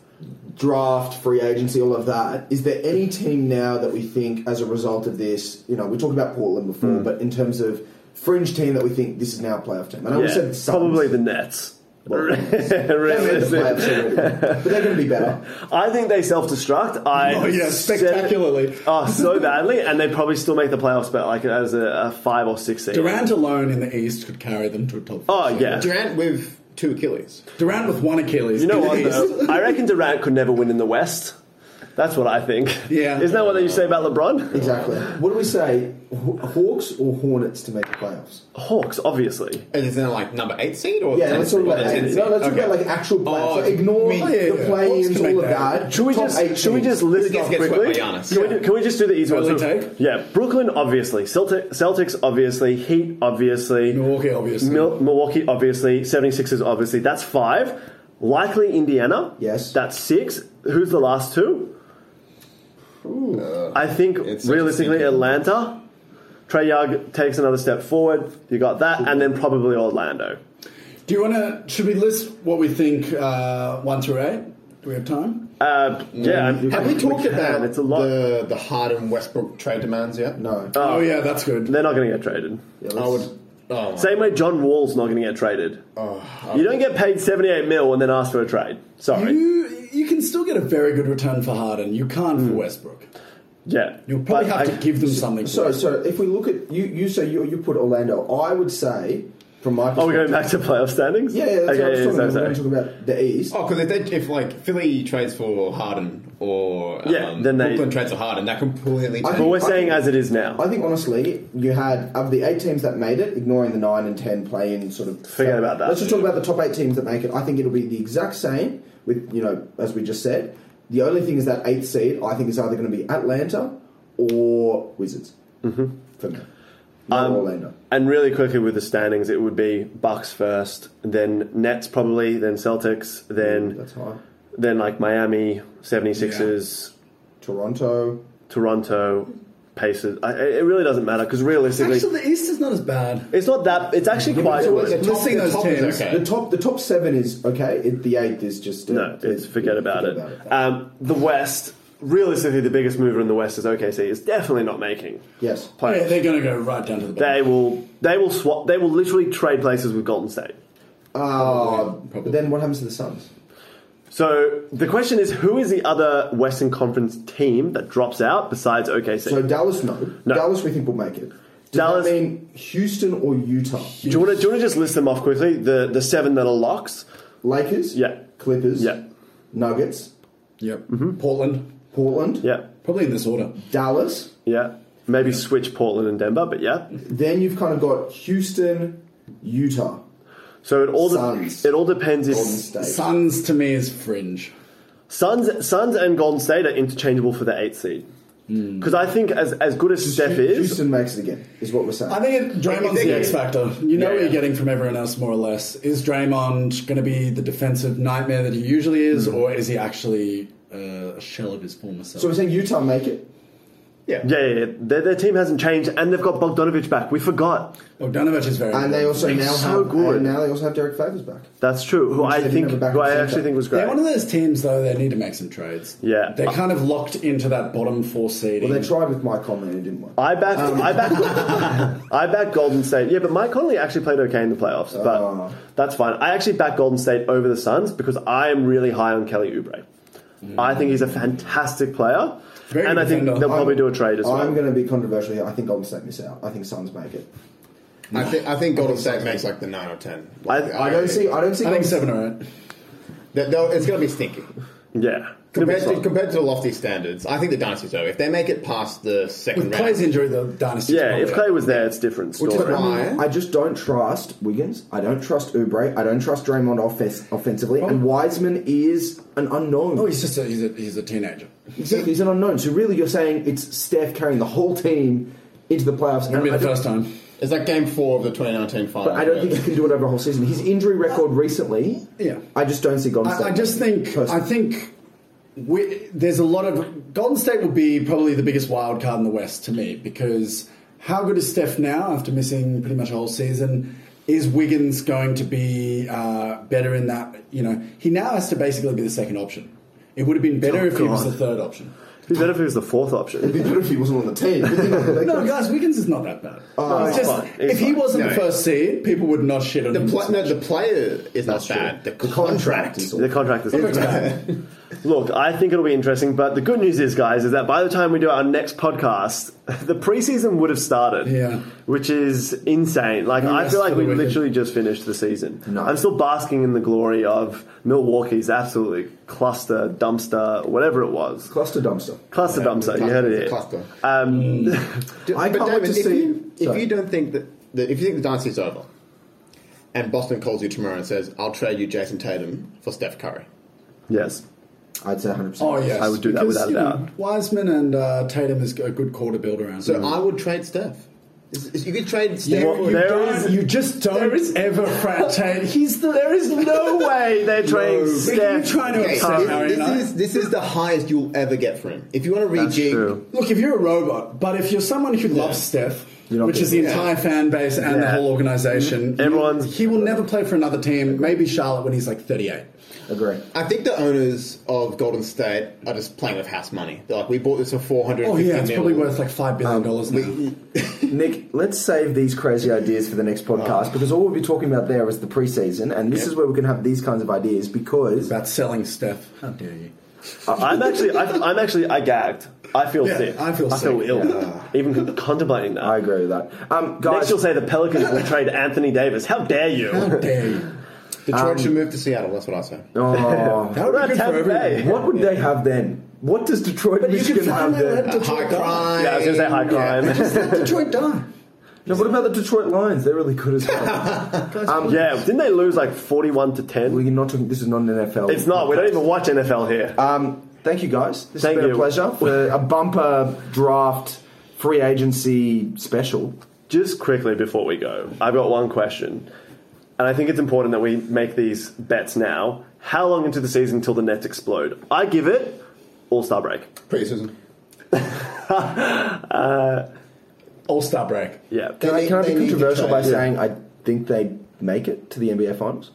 [SPEAKER 4] draft, free agency, all of that. Is there any team now that we think, as a result of this, you know, we talked about Portland before,
[SPEAKER 2] Hmm.
[SPEAKER 4] but in terms of fringe team that we think this is now a playoff team? I know we
[SPEAKER 2] yeah.
[SPEAKER 4] said Suns.
[SPEAKER 2] probably the Nets.
[SPEAKER 4] Well, They made the
[SPEAKER 2] Realistically.
[SPEAKER 4] playoffs already. but they're going to be better.
[SPEAKER 2] I think they self destruct. I
[SPEAKER 3] Oh, yeah,
[SPEAKER 2] said it-
[SPEAKER 3] spectacularly.
[SPEAKER 2] oh, so badly, and they probably still make the playoffs, but like as a, a five or six seed.
[SPEAKER 3] Durant alone in the East could carry them to a top.
[SPEAKER 2] Oh
[SPEAKER 3] four.
[SPEAKER 2] yeah.
[SPEAKER 6] Durant with two Achilles.
[SPEAKER 3] Durant with one Achilles.
[SPEAKER 2] You know
[SPEAKER 3] in the
[SPEAKER 2] what?
[SPEAKER 3] East.
[SPEAKER 2] Though? I reckon Durant could never win in the West. That's what I think.
[SPEAKER 3] Yeah.
[SPEAKER 2] Isn't that what you say about LeBron?
[SPEAKER 4] Exactly. What do we say? Haw- Hawks or Hornets to make the playoffs?
[SPEAKER 2] Hawks, obviously.
[SPEAKER 6] And is it like number eight seed or
[SPEAKER 4] Yeah,
[SPEAKER 6] tenth
[SPEAKER 4] let's talk
[SPEAKER 6] seed?
[SPEAKER 4] about
[SPEAKER 6] Tenth
[SPEAKER 4] eight.
[SPEAKER 6] seed.
[SPEAKER 4] No, let's talk
[SPEAKER 6] Okay.
[SPEAKER 4] about like actual playoffs.
[SPEAKER 6] Oh,
[SPEAKER 4] so ignore
[SPEAKER 6] me-
[SPEAKER 4] the
[SPEAKER 3] yeah. Hawks
[SPEAKER 4] play-ins,
[SPEAKER 3] can
[SPEAKER 4] all of
[SPEAKER 3] make that.
[SPEAKER 4] that.
[SPEAKER 2] Should we
[SPEAKER 4] Top
[SPEAKER 2] just
[SPEAKER 4] eight
[SPEAKER 2] should we
[SPEAKER 4] teams.
[SPEAKER 2] just list
[SPEAKER 6] This gets-
[SPEAKER 2] off
[SPEAKER 6] gets
[SPEAKER 2] quickly?
[SPEAKER 6] swept by Giannis.
[SPEAKER 2] Can, we do, can we just do the easy
[SPEAKER 3] Early
[SPEAKER 2] ones?
[SPEAKER 3] take?
[SPEAKER 2] Yeah, Brooklyn obviously, Celtic, Celtics obviously, Heat obviously,
[SPEAKER 3] Milwaukee, obviously.
[SPEAKER 2] Mil- Milwaukee obviously, 76ers obviously. That's five. Likely Indiana.
[SPEAKER 4] Yes.
[SPEAKER 2] That's six. Who's the last two? I think
[SPEAKER 6] it's such a
[SPEAKER 2] realistically
[SPEAKER 6] stinker.
[SPEAKER 2] Atlanta. Trey Young takes another step forward. You got that, and then probably Orlando.
[SPEAKER 3] Do you want to? Should we list what we think uh, one through eight? Do we have time?
[SPEAKER 2] Uh, yeah,
[SPEAKER 6] Have we talked
[SPEAKER 2] can.
[SPEAKER 6] about
[SPEAKER 2] It's a lot.
[SPEAKER 6] the the Harden Westbrook trade demands yet?
[SPEAKER 4] No.
[SPEAKER 3] Oh, yeah, that's good.
[SPEAKER 2] They're not going to get traded.
[SPEAKER 6] I would. Oh,
[SPEAKER 2] Same way John Wall's not going to get traded. you don't get paid 78 mil and then ask for a trade. Sorry.
[SPEAKER 3] You you can still get a very good return for Harden. You can't for Westbrook.
[SPEAKER 2] yeah.
[SPEAKER 3] You'll probably
[SPEAKER 2] Hmm. But
[SPEAKER 3] have
[SPEAKER 2] I-
[SPEAKER 3] to give them something.
[SPEAKER 4] So, so if we look at you, you say you, you put Orlando. I would say, from my
[SPEAKER 2] Oh, we're going
[SPEAKER 4] perspective,
[SPEAKER 2] back to playoff standings?
[SPEAKER 4] yeah, yeah, that's what I
[SPEAKER 2] okay,
[SPEAKER 4] was
[SPEAKER 2] yeah,
[SPEAKER 4] talking about.
[SPEAKER 2] so
[SPEAKER 4] We're
[SPEAKER 2] sorry.
[SPEAKER 4] talking about the East.
[SPEAKER 6] Oh, because if, they- if like Philly trades for Harden or um,
[SPEAKER 2] Yeah, then they-
[SPEAKER 6] Brooklyn trades for Harden, that completely
[SPEAKER 4] I
[SPEAKER 2] But
[SPEAKER 6] changes.
[SPEAKER 2] we're saying as it is
[SPEAKER 4] I
[SPEAKER 2] now.
[SPEAKER 4] think honestly, you had of the eight teams that made it, ignoring the nine and ten play-in sort of.
[SPEAKER 2] Forget about that.
[SPEAKER 4] Let's just talk about the top eight teams that make it. I think it'll be the exact same with you know as we just said. The only thing is that eighth seed I think is either going to be Atlanta or Wizards mm-hmm. for me.
[SPEAKER 2] Um,
[SPEAKER 4] Not Orlando.
[SPEAKER 2] And really quickly with the standings, it would be Bucks first, then Nets probably, then Celtics, then
[SPEAKER 4] Mm, That's high.
[SPEAKER 2] then like Miami, 76ers,
[SPEAKER 4] Toronto.
[SPEAKER 2] Toronto, Pacers. I, it really doesn't matter because realistically,
[SPEAKER 3] Actually, the East is not as bad.
[SPEAKER 2] it's not that. It's actually quite
[SPEAKER 4] so it's
[SPEAKER 2] good.
[SPEAKER 4] a-
[SPEAKER 3] Listing
[SPEAKER 4] the
[SPEAKER 3] those
[SPEAKER 4] top
[SPEAKER 3] teams.
[SPEAKER 6] okay.
[SPEAKER 4] The top the top seven is okay. It, the eighth is just uh,
[SPEAKER 2] No, it's forget about it.
[SPEAKER 4] Uh,
[SPEAKER 2] Um, the West, realistically, the biggest mover in the West is OKC. Is definitely not making
[SPEAKER 4] yes.
[SPEAKER 3] Yeah,
[SPEAKER 2] playoffs.
[SPEAKER 3] they're going to go right down to the bottom.
[SPEAKER 2] They will. They will swap. They will literally trade places with Golden State.
[SPEAKER 4] Uh,
[SPEAKER 3] probably.
[SPEAKER 4] but then what happens to the Suns?
[SPEAKER 2] So the question is, who is the other Western Conference team that drops out besides OKC?
[SPEAKER 4] So Dallas, no.
[SPEAKER 2] No.
[SPEAKER 4] Dallas, we think will make it. Does
[SPEAKER 2] Dallas-
[SPEAKER 4] that mean Houston or Utah?
[SPEAKER 2] do you want to do you want to just list them off quickly? The the seven that are locks.
[SPEAKER 4] Lakers,
[SPEAKER 2] Yeah.
[SPEAKER 4] Clippers,
[SPEAKER 2] Yeah.
[SPEAKER 4] Nuggets,
[SPEAKER 3] Yep.
[SPEAKER 2] Mm-hmm.
[SPEAKER 3] Portland,
[SPEAKER 4] Portland,
[SPEAKER 2] Yeah,
[SPEAKER 3] probably in this order.
[SPEAKER 4] Dallas.
[SPEAKER 2] yeah. Maybe switch Portland and Denver, but yeah.
[SPEAKER 4] Then you've kind of got Houston, Utah,
[SPEAKER 2] So it all de-
[SPEAKER 4] Suns.
[SPEAKER 2] it all depends if
[SPEAKER 4] Golden State.
[SPEAKER 3] Suns to me is fringe.
[SPEAKER 2] Suns, Suns, and Golden State are interchangeable for the eighth seed.
[SPEAKER 4] Hmm.
[SPEAKER 2] Because I think as as good as Steph is,
[SPEAKER 4] Houston makes it again, is what we're saying.
[SPEAKER 3] I think it, Draymond's the X factor. You know what you're getting from everyone else, more or less. Is Draymond going to be the defensive nightmare that he usually is, or is he actually uh, a shell of his former self?
[SPEAKER 4] Hmm. so we're saying Utah make it.
[SPEAKER 2] yeah, yeah, yeah. Their, their team hasn't changed, and they've got Bogdanovich back. We forgot.
[SPEAKER 3] Bogdanovich is very
[SPEAKER 4] And they also
[SPEAKER 2] He's
[SPEAKER 4] now
[SPEAKER 2] so
[SPEAKER 4] have
[SPEAKER 2] good.
[SPEAKER 4] and now they also have Derek Favors back.
[SPEAKER 2] That's true. Who I
[SPEAKER 4] They didn't
[SPEAKER 2] think,
[SPEAKER 4] have a backup
[SPEAKER 2] who I
[SPEAKER 4] center.
[SPEAKER 2] actually think was great.
[SPEAKER 3] They're one of those teams, though. They need to make some trades.
[SPEAKER 2] Yeah.
[SPEAKER 3] they're kind of locked into that bottom four seeding.
[SPEAKER 4] Well, they tried with Mike Conley and it didn't work.
[SPEAKER 2] I backed, I backed, I backed Golden State. Yeah, but Mike Conley actually played okay in the playoffs, but
[SPEAKER 4] Oh.
[SPEAKER 2] that's fine. I actually backed Golden State over the Suns because I am really high on Kelly Oubre. I think he's a fantastic player,
[SPEAKER 3] Very
[SPEAKER 2] and I think
[SPEAKER 3] defender.
[SPEAKER 2] they'll probably
[SPEAKER 4] I'm-
[SPEAKER 2] do a trade as well.
[SPEAKER 4] I'm going to be controversial here. I think Golden State miss out. I think Suns make it.
[SPEAKER 6] I think I think Golden State makes like the nine or ten. Like,
[SPEAKER 2] I-
[SPEAKER 4] I don't see. I don't see.
[SPEAKER 3] I think
[SPEAKER 4] Golden-
[SPEAKER 3] seven or eight.
[SPEAKER 6] That they'll- it's going to be stinking.
[SPEAKER 2] yeah,
[SPEAKER 6] Compared to, compared to the lofty standards, I think the dynasty's over. If they make it past the second
[SPEAKER 3] With
[SPEAKER 6] round,
[SPEAKER 3] Clay's injury, the dynasty.
[SPEAKER 2] yeah. If Clay was there, it's different
[SPEAKER 6] Which is
[SPEAKER 2] story.
[SPEAKER 6] why-
[SPEAKER 4] I just don't trust Wiggins. I don't trust Oubre. I don't trust Draymond offens- offensively. And Wiseman is an unknown.
[SPEAKER 3] oh, he's just a, he's a he's a teenager.
[SPEAKER 4] exactly, he's an unknown. So really, you're saying it's Steph carrying the whole team into the playoffs.
[SPEAKER 3] It'll be
[SPEAKER 4] I
[SPEAKER 3] the
[SPEAKER 4] don't-
[SPEAKER 3] first time.
[SPEAKER 6] it's like game four of the 2019 final.
[SPEAKER 4] But I don't think he can do it over a whole season. His injury record recently,
[SPEAKER 3] Yeah.
[SPEAKER 4] I just don't see Golden State.
[SPEAKER 3] I, I just think I
[SPEAKER 4] personally.
[SPEAKER 3] think we, there's a lot of Golden State will be probably the biggest wild card in the West to me because how good is Steph now after missing pretty much a whole season? Is Wiggins going to be uh, better in that? You know, he now has to basically be the second option. It would have been
[SPEAKER 2] Oh,
[SPEAKER 3] better if he was the third option.
[SPEAKER 2] It'd be better if he was the fourth option.
[SPEAKER 4] It'd be better if he wasn't on the team.
[SPEAKER 3] No, guys, Wiggins is not that bad. It's
[SPEAKER 2] he's
[SPEAKER 3] just-
[SPEAKER 2] Oh, fine. He's
[SPEAKER 3] if he
[SPEAKER 2] fine.
[SPEAKER 3] wasn't
[SPEAKER 6] No.
[SPEAKER 3] the first seed, people would not shit on
[SPEAKER 6] the,
[SPEAKER 3] him.
[SPEAKER 6] pl- no, the player is not
[SPEAKER 4] true.
[SPEAKER 6] bad. The,
[SPEAKER 4] The
[SPEAKER 6] contract
[SPEAKER 4] contract is
[SPEAKER 2] The contract is
[SPEAKER 3] Contract.
[SPEAKER 2] Look, I think it'll be interesting, but the good news is, guys, is that by the time we do our next podcast, the preseason would have started.
[SPEAKER 3] Yeah.
[SPEAKER 2] Which is insane. Like, I
[SPEAKER 3] rest
[SPEAKER 2] feel like
[SPEAKER 3] for the
[SPEAKER 2] we
[SPEAKER 3] weekend.
[SPEAKER 2] literally just finished the season.
[SPEAKER 4] No.
[SPEAKER 2] I'm still basking in the glory of Milwaukee's absolutely cluster, dumpster, whatever it was.
[SPEAKER 4] Cluster dumpster.
[SPEAKER 2] Cluster dumpster, you heard it here.
[SPEAKER 6] Cluster. Mm.
[SPEAKER 2] Um,
[SPEAKER 4] I
[SPEAKER 6] but
[SPEAKER 4] can't wait
[SPEAKER 6] David,
[SPEAKER 4] to
[SPEAKER 6] if,
[SPEAKER 4] see.
[SPEAKER 6] you, if you don't think that, that if you think the dynasty's over, and Boston calls you tomorrow and says, "I'll trade you Jason Tatum for Steph Curry,"
[SPEAKER 2] yes.
[SPEAKER 4] I'd say 100. percent
[SPEAKER 3] Oh yes,
[SPEAKER 2] I would do that without a
[SPEAKER 3] you know,
[SPEAKER 2] doubt.
[SPEAKER 3] Wiseman and uh, Tatum is a good quarter builder. Around.
[SPEAKER 6] so I would trade Steph. Is- is- You could trade Steph.
[SPEAKER 3] you,
[SPEAKER 2] Well,
[SPEAKER 3] you
[SPEAKER 2] there
[SPEAKER 3] don't-
[SPEAKER 2] is-
[SPEAKER 3] you just don't
[SPEAKER 2] there is-
[SPEAKER 3] ever frat Tatum. He's the
[SPEAKER 2] There is no way they're trading
[SPEAKER 3] Are you
[SPEAKER 2] Steph.
[SPEAKER 3] trying to
[SPEAKER 6] Okay,
[SPEAKER 3] upset
[SPEAKER 6] this-
[SPEAKER 3] Marion?
[SPEAKER 6] this, is, this is the highest you'll ever get from him. If you want to
[SPEAKER 2] That's
[SPEAKER 6] rejig,
[SPEAKER 2] true.
[SPEAKER 3] Look, if you're a robot, but if you're someone who loves Steph,
[SPEAKER 4] not
[SPEAKER 3] which is the
[SPEAKER 4] getting
[SPEAKER 3] entire fan base and the
[SPEAKER 2] Yeah.
[SPEAKER 3] whole organization, you-
[SPEAKER 2] Everyone's-
[SPEAKER 3] he will never play for another team. Maybe Charlotte when he's like 38.
[SPEAKER 4] Agree.
[SPEAKER 6] I think the owners of Golden State are just playing with house money. They're like, we bought this for four hundred.
[SPEAKER 3] Oh yeah, it's probably worth like five billion dollars now.
[SPEAKER 4] Nick, let's save these crazy ideas for the next podcast because all we'll be talking about there is the preseason, and this is where we can have these kinds of ideas because
[SPEAKER 3] about selling Steph. How dare you?
[SPEAKER 2] I'm actually, I, I'm actually, I gagged. I feel
[SPEAKER 3] Yeah,
[SPEAKER 2] sick.
[SPEAKER 3] I feel
[SPEAKER 2] I feel
[SPEAKER 3] sick.
[SPEAKER 2] ill. Even contemplating that.
[SPEAKER 4] I agree with that. Um,
[SPEAKER 2] Next,
[SPEAKER 4] guys,
[SPEAKER 2] you'll say the Pelicans will trade Anthony Davis. How dare
[SPEAKER 3] How
[SPEAKER 2] you?
[SPEAKER 3] dare you?
[SPEAKER 6] Detroit
[SPEAKER 2] Um,
[SPEAKER 6] should move to Seattle. That's what I say.
[SPEAKER 4] Oh,
[SPEAKER 3] That would be good for
[SPEAKER 2] Tampa Bay?
[SPEAKER 3] everyone.
[SPEAKER 4] what would they have then? What does Detroit,
[SPEAKER 3] But you
[SPEAKER 4] Michigan
[SPEAKER 3] can
[SPEAKER 4] have
[SPEAKER 3] finally
[SPEAKER 4] then?
[SPEAKER 3] let Detroit
[SPEAKER 6] High
[SPEAKER 3] die.
[SPEAKER 6] crime.
[SPEAKER 2] Yeah, I was going to say high crime.
[SPEAKER 3] Let Detroit die.
[SPEAKER 4] No, what about the Detroit Lions? They're really good as well. um,
[SPEAKER 2] yeah, didn't they lose like 41 to 10?
[SPEAKER 4] we're not talking. This is not an NFL.
[SPEAKER 2] It's not. We don't even watch NFL here.
[SPEAKER 3] Uh,
[SPEAKER 4] Um, thank you guys. This
[SPEAKER 2] Thank
[SPEAKER 4] has been
[SPEAKER 2] you.
[SPEAKER 4] a pleasure for a bumper draft free agency special.
[SPEAKER 2] Just quickly before we go, I've got one question. And I think it's important that we make these bets now. How long into the season till the Nets explode? I give it All Star break.
[SPEAKER 6] Preseason.
[SPEAKER 3] All star break.
[SPEAKER 2] Uh, Yeah.
[SPEAKER 4] Can I,
[SPEAKER 6] need-
[SPEAKER 4] can I
[SPEAKER 6] they
[SPEAKER 4] be
[SPEAKER 6] need to
[SPEAKER 4] controversial by
[SPEAKER 6] try, yeah.
[SPEAKER 4] saying I think they make it to the NBA Finals?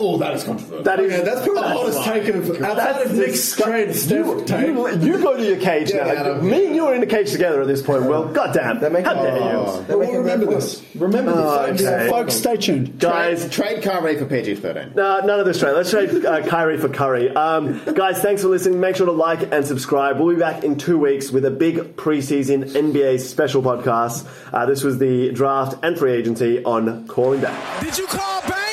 [SPEAKER 3] Oh, that is controversial.
[SPEAKER 2] That is- Oh,
[SPEAKER 3] yeah, that's probably the
[SPEAKER 2] that's
[SPEAKER 3] hottest
[SPEAKER 2] wild.
[SPEAKER 3] take of outside of Nick's trade Steph take.
[SPEAKER 2] You, you go to your cage
[SPEAKER 6] Yeah,
[SPEAKER 2] now.
[SPEAKER 6] Adam.
[SPEAKER 2] Me and you are in a cage together at this point. Well, goddamn.
[SPEAKER 4] They make
[SPEAKER 2] How
[SPEAKER 4] it-
[SPEAKER 2] dare
[SPEAKER 4] Oh.
[SPEAKER 2] you?
[SPEAKER 4] They make
[SPEAKER 3] we'll
[SPEAKER 4] it
[SPEAKER 3] remember
[SPEAKER 4] back.
[SPEAKER 3] this.
[SPEAKER 4] Remember
[SPEAKER 2] Oh,
[SPEAKER 4] this.
[SPEAKER 2] okay.
[SPEAKER 3] Folks, stay tuned.
[SPEAKER 2] Guys,
[SPEAKER 6] Trade, trade Kyrie for PG thirteen.
[SPEAKER 2] No, none of this trade. Let's trade uh, Kyrie for Curry. Um, guys, thanks for listening. Make sure to like and subscribe. We'll be back in two weeks with a big preseason NBA special podcast. Uh, this was the draft and free agency on Calling Back.
[SPEAKER 1] Did you call back?